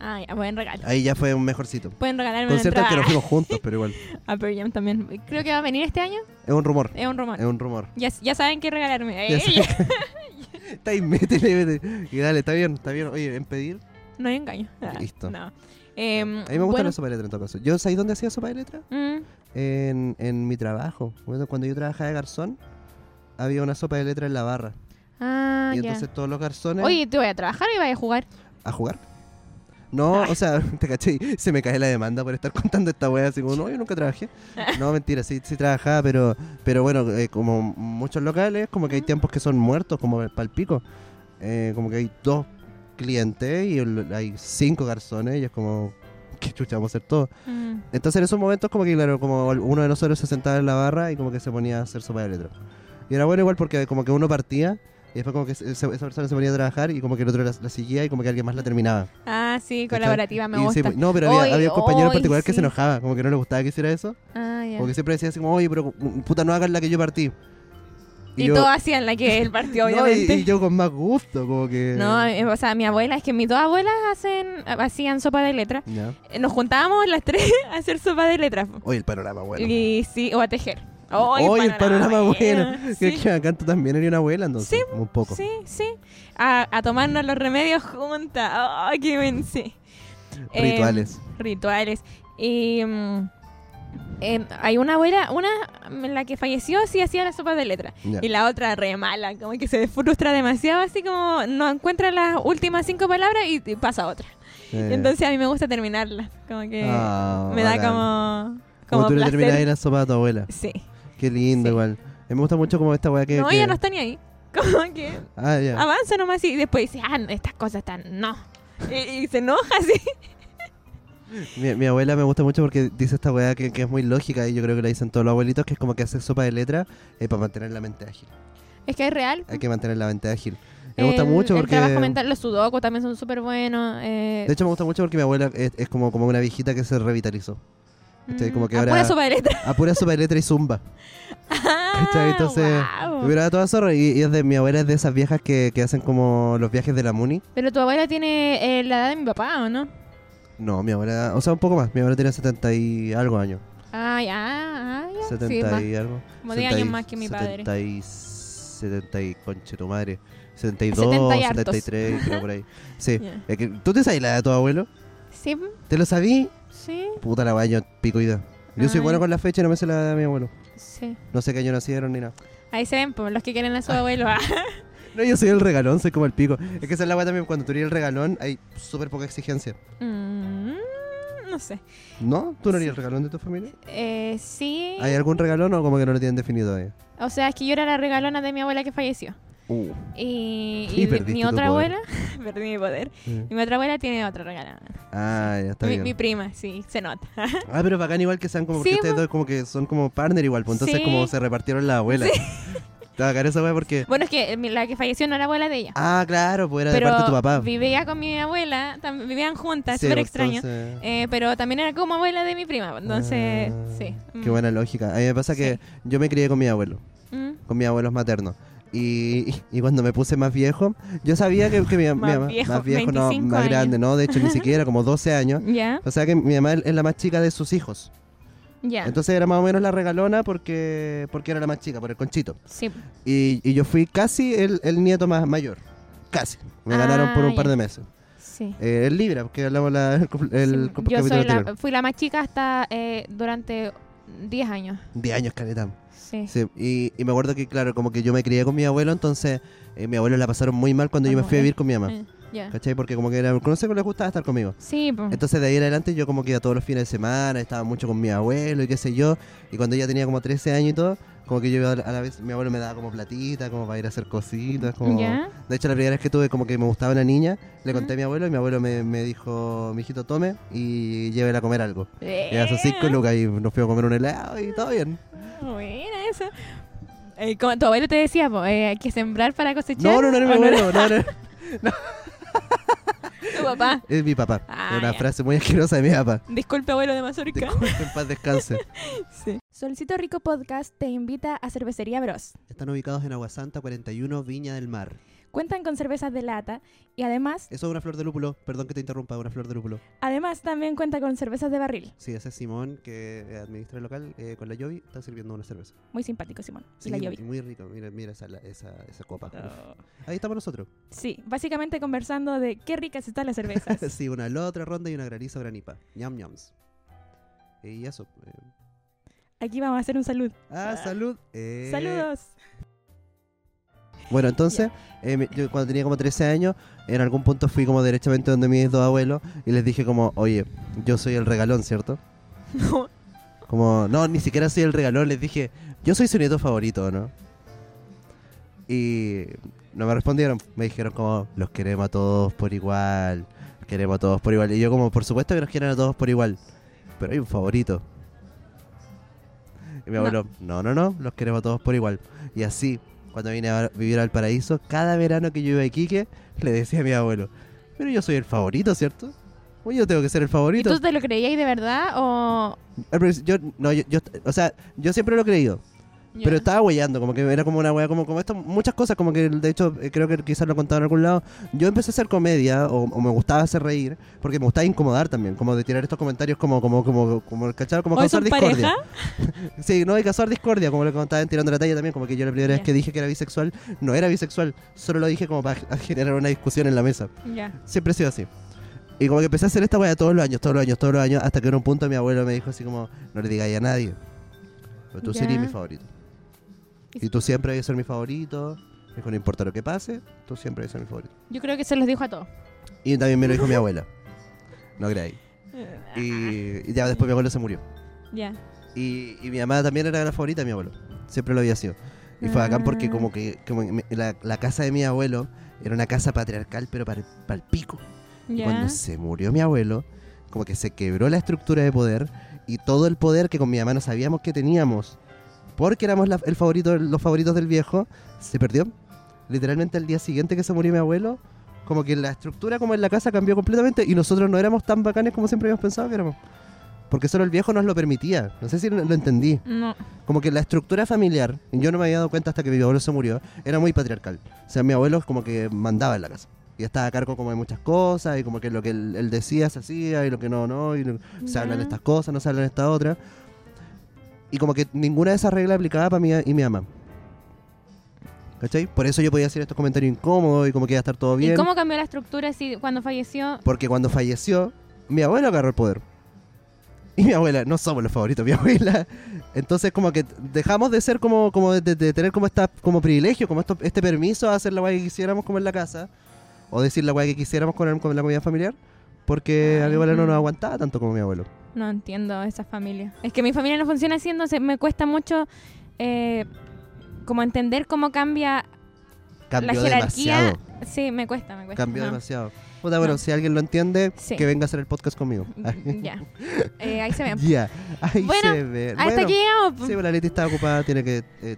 B: Ay, ah, buen regalo.
A: Ahí ya fue un mejorcito.
B: Pueden regalarme una
A: Concierto al que
B: entrada
A: nos fuimos juntos, pero igual.
B: (laughs) a Pearl Jam también. Creo que va a venir este año.
A: Es un
B: (laughs)
A: rumor,
B: Es un román.
A: es un rumor.
B: Ya, ya saben qué regalarme.
A: Eh. Ya
B: Eh,
A: sé. Está ahí, métele, métele. Y dale, está bien, está bien. Oye, en pedir.
B: (laughs) No hay engaño. Ah,
A: (laughs) Listo.
B: no. Eh,
A: a mí me gusta la sopa de letra en todo caso. ¿Yo sabéis dónde hacía sopa de letra?
B: mm,
A: En, en mi trabajo. Bueno, Cuando yo trabajaba de garzón, había una sopa de letra en la barra.
B: Ah,
A: y
B: ya.
A: entonces todos los garzones
B: Oye, te voy a trabajar y voy a jugar.
A: a jugar. No, o sea, (laughs) te caché, se me cae la demanda por estar contando esta wea así como, no, yo nunca trabajé. No, mentira, sí, sí trabajaba, pero, pero bueno, eh, como muchos locales, como que hay tiempos que son muertos, como el palpico. Eh, como que hay dos clientes y el- hay cinco garzones y es como, qué chucha vamos a hacer todo.
B: Mm.
A: Entonces en esos momentos como que claro, como uno de nosotros se sentaba en la barra y como que se ponía a hacer sopa de letras. Y era bueno igual porque como que uno partía y después como que se- esa persona se ponía a trabajar y como que el otro la, la seguía y como que alguien más la terminaba.
B: Ah, sí,
A: ¿cachai?
B: colaborativa, me
A: Y sí, pues,
B: gusta.
A: no, pero había,
B: Hoy-
A: había un compañero en
B: hoy
A: particular que
B: sí.
A: se enojaba, como que no le gustaba que hiciera eso.
B: Ah, ya.
A: Porque siempre decía así como, oye, pero mm, puta no hagas la que yo partí.
B: Y,
A: yo,
B: todas hacían la que él
A: (laughs)
B: partió,
A: no, y-
B: obviamente.
A: y yo con más gusto, como que...
B: (laughs) No, eh, o sea, mi abuela, es que mis dos abuelas hacen, hacían sopa de letras.
A: Ya.
B: Eh, Nos juntábamos las tres (laughs) a hacer sopa de letras. po.
A: Oye, el panorama bueno.
B: Y sí, o a tejer.
A: Oye,
B: Oye,
A: el panorama bueno.
B: (laughs)
A: Creo
B: Sí.
A: que acá tú también eres una abuela, entonces.
B: Sí,
A: un poco.
B: Sí, sí. A, a tomarnos los remedios juntas. ¡Ay, qué bien! Sí. Em,
A: Rituales.
B: rituales. Y. mm, em, hay una abuela, una mm, la que falleció, sí hacía las sopas de letra.
A: Ya.
B: Y la otra re mala, como que se frustra demasiado, así como no encuentra las últimas cinco palabras y, y pasa otra.
A: Eh.
B: Entonces a mí me gusta terminarla. Como que
A: Ah,
B: me da
A: bacán.
B: como.
A: Como,
B: Como,
A: tú le
B: placer.
A: terminas la sopa a tu abuela.
B: Sí.
A: Qué lindo,
B: Sí.
A: igual. A mí Me gusta mucho como esta weá que.
B: No,
A: que-
B: ella no está ni ahí. (laughs) Como que
A: Ah, ya.
B: avanza nomás y después dice, ah, estas cosas están, no. Y, y se enoja (laughs) así.
A: Mi, mi abuela me gusta mucho porque dice esta weá que, que es muy lógica y yo creo que la dicen todos los abuelitos, que es como que hace sopa de letra eh, para mantener la mente ágil.
B: Es que es real.
A: Hay que mantener la mente ágil. Eh, Me gusta
B: El-
A: mucho
B: El trabajo
A: porque.
B: mental, los sudoku también son súper buenos. Eh,
A: De hecho, me gusta mucho porque mi abuela es, es como, como una viejita que se revitalizó. este, como que
B: a
A: ahora- (laughs)
B: pura sopa de letra.
A: A pura sopa de letra y zumba.
B: (laughs) Ah,
A: ¿Cachai? Entonces,
B: guau.
A: me miraba toda zorra y, y es de mi abuela, es de esas viejas que, que hacen como los viajes de la Muni.
B: Pero tu abuela tiene eh, la edad de mi papá, ¿o no?
A: No, mi abuela, o sea, un poco más. Mi abuela tiene 70 y algo años.
B: Ay, ah, ah, ya.
A: 70
B: Sí, más.
A: y algo.
B: Como diez
A: 70 y-
B: años más que mi padre.
A: 70 y, 70 y conche tu madre. 72,
B: 70 y hartos. (laughs)
A: 73, creo por ahí. Sí.
B: Ya.
A: Es que, ¿Tú te sabes la edad de tu abuelo?
B: Sí,
A: ¿Te lo sabí?
B: sí,
A: Puta la vaya, pico idea. Yo soy
B: Ay.
A: bueno con la fecha y no me sé la edad de mi abuelo.
B: sí.
A: No sé qué año nacieron ni nada.
B: Ahí se ven, pues, los que quieren a su abuelo.
A: (laughs)
B: ah.
A: No, yo soy el regalón, soy como el pico. Es que esa es la weá también, cuando tú eres el regalón hay súper poca exigencia.
B: Mm, no sé.
A: ¿No? ¿Tú no eres el regalón de tu familia?
B: Eh, sí.
A: ¿Hay algún regalón o como que no lo tienen definido ahí?
B: O sea, es que yo era la regalona de mi abuela que falleció. Uh.
A: (laughs)
B: Y,
A: Y
B: y mi-
A: perdiste
B: mi
A: tu
B: otra
A: poder. (laughs)
B: abuela, (laughs) perdí mi poder.
A: Sí.
B: Y mi otra abuela tiene otra regalona.
A: Eh. Ah, ya está
B: Mi,
A: bien.
B: mi prima, sí, se nota. (laughs)
A: Ah, pero bacán igual que sean como porque
B: Sí,
A: ustedes
B: po.
A: dos como que son como partner igual, pues entonces
B: Sí.
A: como se repartieron la abuela. (laughs) Está bacán esa weá porque...
B: bueno, es que eh, mi- la que falleció no era abuela de ella.
A: Ah, claro, pues era
B: pero
A: de parte de tu papá.
B: vivía con mi abuela, tam- vivían juntas,
A: Sí,
B: súper
A: pues,
B: extraño.
A: entonces-
B: Eh, pero también era como abuela de mi prima, entonces,
A: Ah,
B: sí.
A: Qué
B: Mm,
A: buena lógica. A mí me pasa que
B: Sí.
A: yo me crié con mi abuelo.
B: mm.
A: con mis abuelos maternos. Y, y cuando me puse más viejo, yo sabía que, que
B: (laughs)
A: mi, mi
B: Más
A: mamá,
B: viejo,
A: más viejo, no,
B: 25
A: más
B: años.
A: grande, no, de
B: (laughs)
A: hecho ni siquiera, como 12 años.
B: Ya,
A: O sea que mi mamá es la más chica de sus hijos.
B: ya.
A: Entonces era más o menos la regalona porque, porque era la más chica, por el conchito.
B: Sí.
A: Y, y yo fui casi el, el nieto más mayor. Casi. Me
B: Ah,
A: ganaron por un
B: ya.
A: par de meses.
B: Sí.
A: Eh, el Libra, porque hablamos la, (laughs) el, comp- el
B: Sí,
A: comp-
B: yo
A: capítulo
B: soy la,
A: anterior.
B: fui la más chica hasta eh, durante 10 años.
A: 10 años, caleta.
B: Sí.
A: Sí, y, y me acuerdo que, claro, como que yo me crié con mi abuelo, entonces eh, mi abuelo la pasaron muy mal cuando yo me
B: Ajá,
A: fui a
B: eh,
A: vivir con mi mamá.
B: Eh, ya.
A: ¿Cachai? Porque como que era, no sé, les gustaba estar conmigo.
B: Sí, po.
A: Entonces de ahí en adelante yo como que iba todos los fines de semana, estaba mucho con mi abuelo y qué sé yo. Y cuando ella tenía como 13 años y todo, como que yo iba a la- a la vez, mi abuelo me daba como platita, como para ir a hacer cositas, como...
B: Ya.
A: De hecho la primera vez que tuve como que me gustaba una niña, le conté
B: Ujú.
A: a mi abuelo y mi abuelo me, me dijo, mijito, tome y llévela a comer algo. Y a sus
B: Eh,
A: 5 lucas y nos fuimos a comer un helado y todo bien.
B: Buena esa. Eh, como tu abuelo te decía, po, eh, hay que sembrar para cosechar.
A: No, no, no, era mi
B: ¿o
A: abuelo, no, no.
B: Tu papá.
A: Es mi papá.
B: Ah,
A: es una
B: ya.
A: frase muy asquerosa de mi papá.
B: Disculpe, abuelo de Mazorca.
A: Disculpe, en paz descanse.
B: Sí. Solcito Rico Podcast te invita a Cervecería Bros.
A: Están ubicados en Aguasanta 41, Viña del Mar.
F: Cuentan con cervezas de lata y además,
A: Eso es una flor de lúpulo. Perdón que te interrumpa, una flor de lúpulo.
F: además también cuenta con cervezas de barril.
A: Sí, ese es Simón que eh, administra el local eh, con la Yovi. Está sirviendo una cerveza.
F: Muy simpático, Simón.
A: Sí,
F: y la Yovi.
A: Muy rico. Mira, mira esa, la- esa, esa copa. Uf. Ahí estamos nosotros. (laughs)
F: Sí, básicamente conversando de qué ricas están las cervezas.
A: (laughs) sí, una la otra ronda y una granizo granipa. Ñam ñams. Y eso. eh.
F: Aquí vamos a hacer un saludo.
A: Ah, salud. Eh.
F: Saludos.
A: Bueno, entonces, eh, me- yo cuando tenía como 13 años, en algún punto fui como derechamente donde mis dos abuelos y les dije como, oye, yo soy el regalón, ¿cierto?
B: No.
A: Como, no, ni siquiera soy el regalón, les dije, yo soy su nieto favorito, ¿no? Y no me respondieron, me dijeron como, los queremos a todos por igual, queremos a todos por igual. Y yo como, por supuesto que nos quieren a todos por igual, pero hay un favorito. Y mi
B: No.
A: abuelo, no, no, no, los queremos a todos por igual. Y así, cuando vine a vivir al paraíso, cada verano que yo iba a Iquique, le decía a mi abuelo, pero yo soy el favorito, ¿cierto? Pues yo tengo que ser el
B: ¿Y
A: favorito.
B: tú te lo creías de verdad o...?
A: Al principio, Yo, no, yo, yo- o sea, yo siempre lo he creído,
B: Ya.
A: pero estaba huellando, como que era como una hueá, como, como esto, muchas cosas, como que de hecho eh, creo que quizás lo he contado en algún lado. Yo empecé a hacer comedia, o, o me gustaba hacer reír, porque me gustaba incomodar también, como de tirar estos comentarios como, como, como, como, ¿cachai? Como
B: ¿Hoy
A: causar
B: son
A: discordia.
B: pareja?
A: Sí, no, y causar discordia, como lo que contaban tirando la talla también, como que yo la primera vez
B: Ya.
A: que dije que era bisexual, no era bisexual, solo lo dije como para (laughs) generar una discusión en la mesa.
B: Ya.
A: Siempre he sido así. Y como que empecé a hacer esta weá todos los años, todos los años, todos los años, hasta que en un punto mi abuelo me dijo así como, no le digáis a nadie. Pero tú
B: Ya.
A: serías mi favorito. Y tú siempre vas a ser mi favorito. Me dijo, no importa lo que pase, tú siempre vas a ser mi favorito.
B: Yo creo que se los dijo a todos.
A: Y también me lo dijo mi abuela. No creáis. Y, y ya después mi abuelo se murió.
B: Ya.
A: Y, y mi mamá también era la favorita de mi abuelo. Siempre lo había sido. Y fue bacán porque como que como que me- la, la casa de mi abuelo era una casa patriarcal, pero para el pico. Y
B: Ya.
A: cuando se murió mi abuelo, como que se quebró la estructura de poder y todo el poder que con mi mamá no sabíamos que teníamos, porque éramos la- el favorito, los favoritos del viejo, se perdió. Literalmente al día siguiente que se murió mi abuelo, como que la estructura como en la casa cambió completamente y nosotros no éramos tan bacanes como siempre habíamos pensado que éramos. Porque solo el viejo nos lo permitía. No sé si lo lo entendí.
B: No.
A: Como que la estructura familiar, y yo no me había dado cuenta hasta que mi abuelo se murió, era muy patriarcal. O sea, mi abuelo como que mandaba en la casa. Y estaba a cargo como de muchas cosas, y como que lo que él, él decía se hacía, y lo que no, no, y lo- se
B: Ya.
A: hablan estas cosas, no se hablan estas otras. Y como que ninguna de esas reglas aplicaba para mí y mi mamá. ¿Cachai? Por eso yo podía hacer estos comentarios incómodos y como que iba a estar todo bien.
B: ¿Y cómo cambió la estructura si cuando falleció?
A: Porque cuando falleció, mi abuelo agarró el poder. Y mi abuela, no somos los favoritos, mi (laughs) abuela. Entonces como que dejamos de ser como, como de, de tener como esta, como privilegio, como esto, este permiso a hacer la weá que quisiéramos como en la casa, o decir la weá que quisiéramos con, el- con la comida familiar,
B: Ah,
A: porque a mi abuela no nos aguantaba tanto como mi abuelo.
B: No entiendo esa familia. Es que mi familia no funciona así, entonces me cuesta mucho eh, como entender cómo cambia
A: Cambió
B: la jerarquía.
A: demasiado.
B: Sí, me cuesta, me cuesta.
A: Cambió
B: no.
A: demasiado. Puta, bueno, si alguien lo entiende,
B: Sí. Mm,
A: que venga a hacer el podcast conmigo. (laughs)
B: Ya. Eh, ahí se ven.
A: Ya. Ahí
B: Bueno,
A: se ve.
B: Hasta
A: Bueno,
B: aquí llegamos.
A: Sí, pues, la Leti está ocupada, tiene que eh,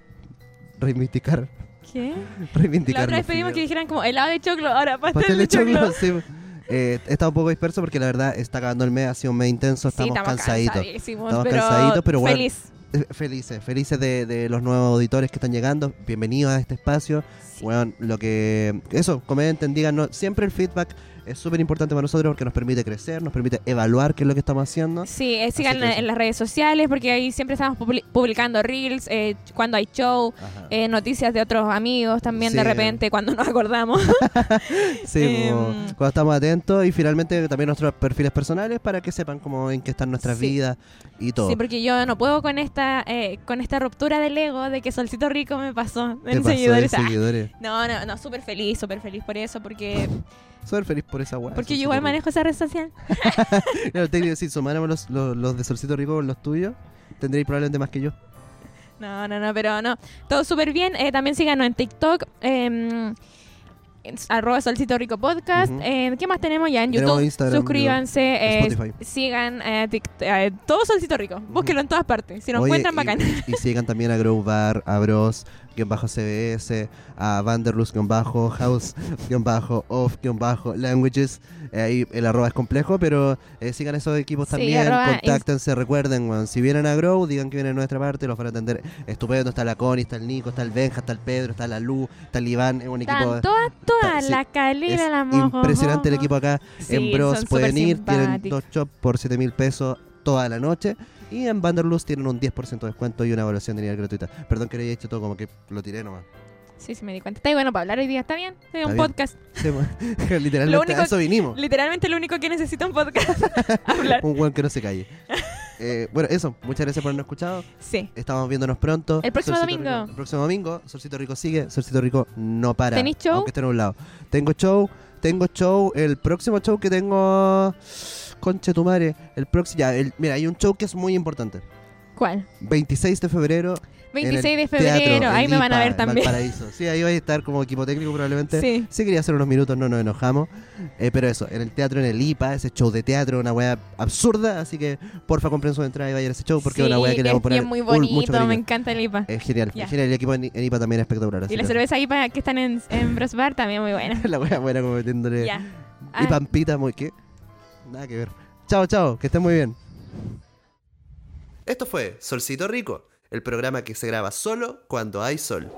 A: reivindicar.
B: ¿Qué?
A: reivindicar.
B: La otra vez
A: los
B: pedimos que
A: fideos.
B: dijeran como helado de choclo, ahora (laughs)
A: pastel
B: pastel, de choclo.
A: sí. Eh, he estado un poco disperso porque la verdad está acabando el mes, ha sido un mes intenso, estamos, cansaditos.
B: cansadísimos,
A: Estamos
B: pero,
A: cansaditos, pero bueno,
B: feliz.
A: Eh, Felices, felices de, de los nuevos auditores que están llegando. Bienvenidos a este espacio.
B: Sí.
A: Bueno, lo que. Eso, comenten, díganos. Siempre el feedback es súper importante para nosotros porque nos permite crecer, nos permite evaluar qué es lo que estamos haciendo.
B: Sí, eh, sigan
A: que
B: en,
A: eso.
B: las redes sociales porque ahí siempre estamos publi- publicando reels, eh, cuando hay show,
A: Ajá.
B: eh, noticias de otros amigos también de
A: Sí.
B: repente cuando nos
A: (laughs)
B: acordamos.
A: Sí,
B: Em,
A: como cuando estamos atentos y finalmente también nuestros perfiles personales para que sepan cómo en qué están nuestras
B: Sí.
A: vidas y todo.
B: Sí, porque yo no puedo con esta eh, con esta ruptura del ego de que Solcito Rico me pasó
A: Te
B: en
A: pasó de
B: seguidores. Ah,
A: seguidores.
B: no, no, no, súper feliz, súper feliz por eso, porque
A: Súper feliz por esa weá. eso
B: porque yo
A: sí
B: igual
A: te digo.
B: manejo esa red social.
A: Claro, te digo, si sumáramos los, los, los de Solcito Rico con los tuyos, tendréis probablemente más que yo.
B: No, no, no, pero no. Todo súper bien. Eh, también síganos en TikTok. em, en s- arroba Solcito Rico Podcast.
A: Ujú.
B: Em, ¿Qué más tenemos ya en
A: Tenemos
B: YouTube?
A: Instagram,
B: Suscríbanse. eh,
A: Spotify.
B: sigan eh, tic- eh, todo Solcito Rico. Búsquenlo en todas partes. Si lo
A: Oye,
B: encuentran,
A: y-
B: bacán.
A: Y, sigan también a Grow Bar, a Bros, guión bajo CBS, a Vanderlust, guión bajo House, guión bajo Off, guión bajo Languages. Eh, Ahí el arroba es complejo, pero eh, sigan esos equipos
B: Sí,
A: también,
B: arroba
A: contáctense, recuerden, weón, si vienen a Grow, digan que vienen a nuestra parte, los van a atender. Estupendo, está la Connie, está el Nico, está el Benja, está el Pedro, está la Lu, está el Iván, es un equipo...
B: Están todas, todas.
A: sí,
B: la Calila,
A: es
B: la Mojo.
A: impresionante el equipo acá
B: Sí,
A: en Bros
B: son
A: pueden
B: súper
A: ir, tienen
B: simpáticos.
A: dos shops por 7 mil pesos toda la noche. Y en Vanderlust tienen un 10% de descuento y una evaluación de nivel gratuita. Perdón que lo haya hecho todo como que lo tiré nomás. (laughs)
B: Sí, sí, me di cuenta. Está bueno para hablar hoy día. Está bien. Sí,
A: Está
B: un
A: bien. Oh.
B: podcast.
A: Sí, bueno, (laughs) Literalmente
B: Lo único
A: a eso vinimos.
B: Literalmente lo único que necesita un podcast. (laughs)
A: (laughs)
B: hablar.
A: Un buen que no se
B: (laughs)
A: calle. Eh, bueno, eso. Muchas gracias por habernos escuchado.
B: Sí.
A: Estamos viéndonos pronto.
B: El próximo
A: Solcito
B: domingo.
A: Rico- el próximo domingo. Solcito Rico sigue. Solcito Rico no para.
B: ¿Tenís show?
A: Aunque esté nublado. Tengo show. Tengo show. El próximo show que tengo. Conche tu madre. El próximo. Ya, el- mira, hay un show que es muy importante.
B: ¿Cuál?
A: 26 de febrero. en el
B: 26 de
A: teatro,
B: febrero.
A: en
B: ahí me van a
A: Lipa,
B: ver
A: en
B: también.
A: Valparaíso. Sí, ahí voy a estar como equipo técnico probablemente.
B: Sí.
A: quería hacer unos minutos, no nos enojamos. Eh, pero eso, en el teatro, en el IPA, ese show de teatro, una weá absurda. Así que porfa, compren su entrada y vayan a ese show porque es una
B: Sí,
A: weá que le vamos a
B: es bien
A: poner
B: muy
A: full,
B: bonito,
A: mucho cariño.
B: me encanta el IPA.
A: Es genial,
B: Ya.
A: es genial. El equipo en, en IPA también es espectacular. así
B: y la
A: que-
B: cerveza IPA que están en, en Bros Bar también muy buena.
A: (laughs) la weá buena como metiéndole.
B: Ya.
A: Y
B: Ah,
A: Pampita, muy que. Nada que ver. Chao, chao, que estén muy bien. Esto fue Solcito Rico, el programa que se graba solo cuando hay sol.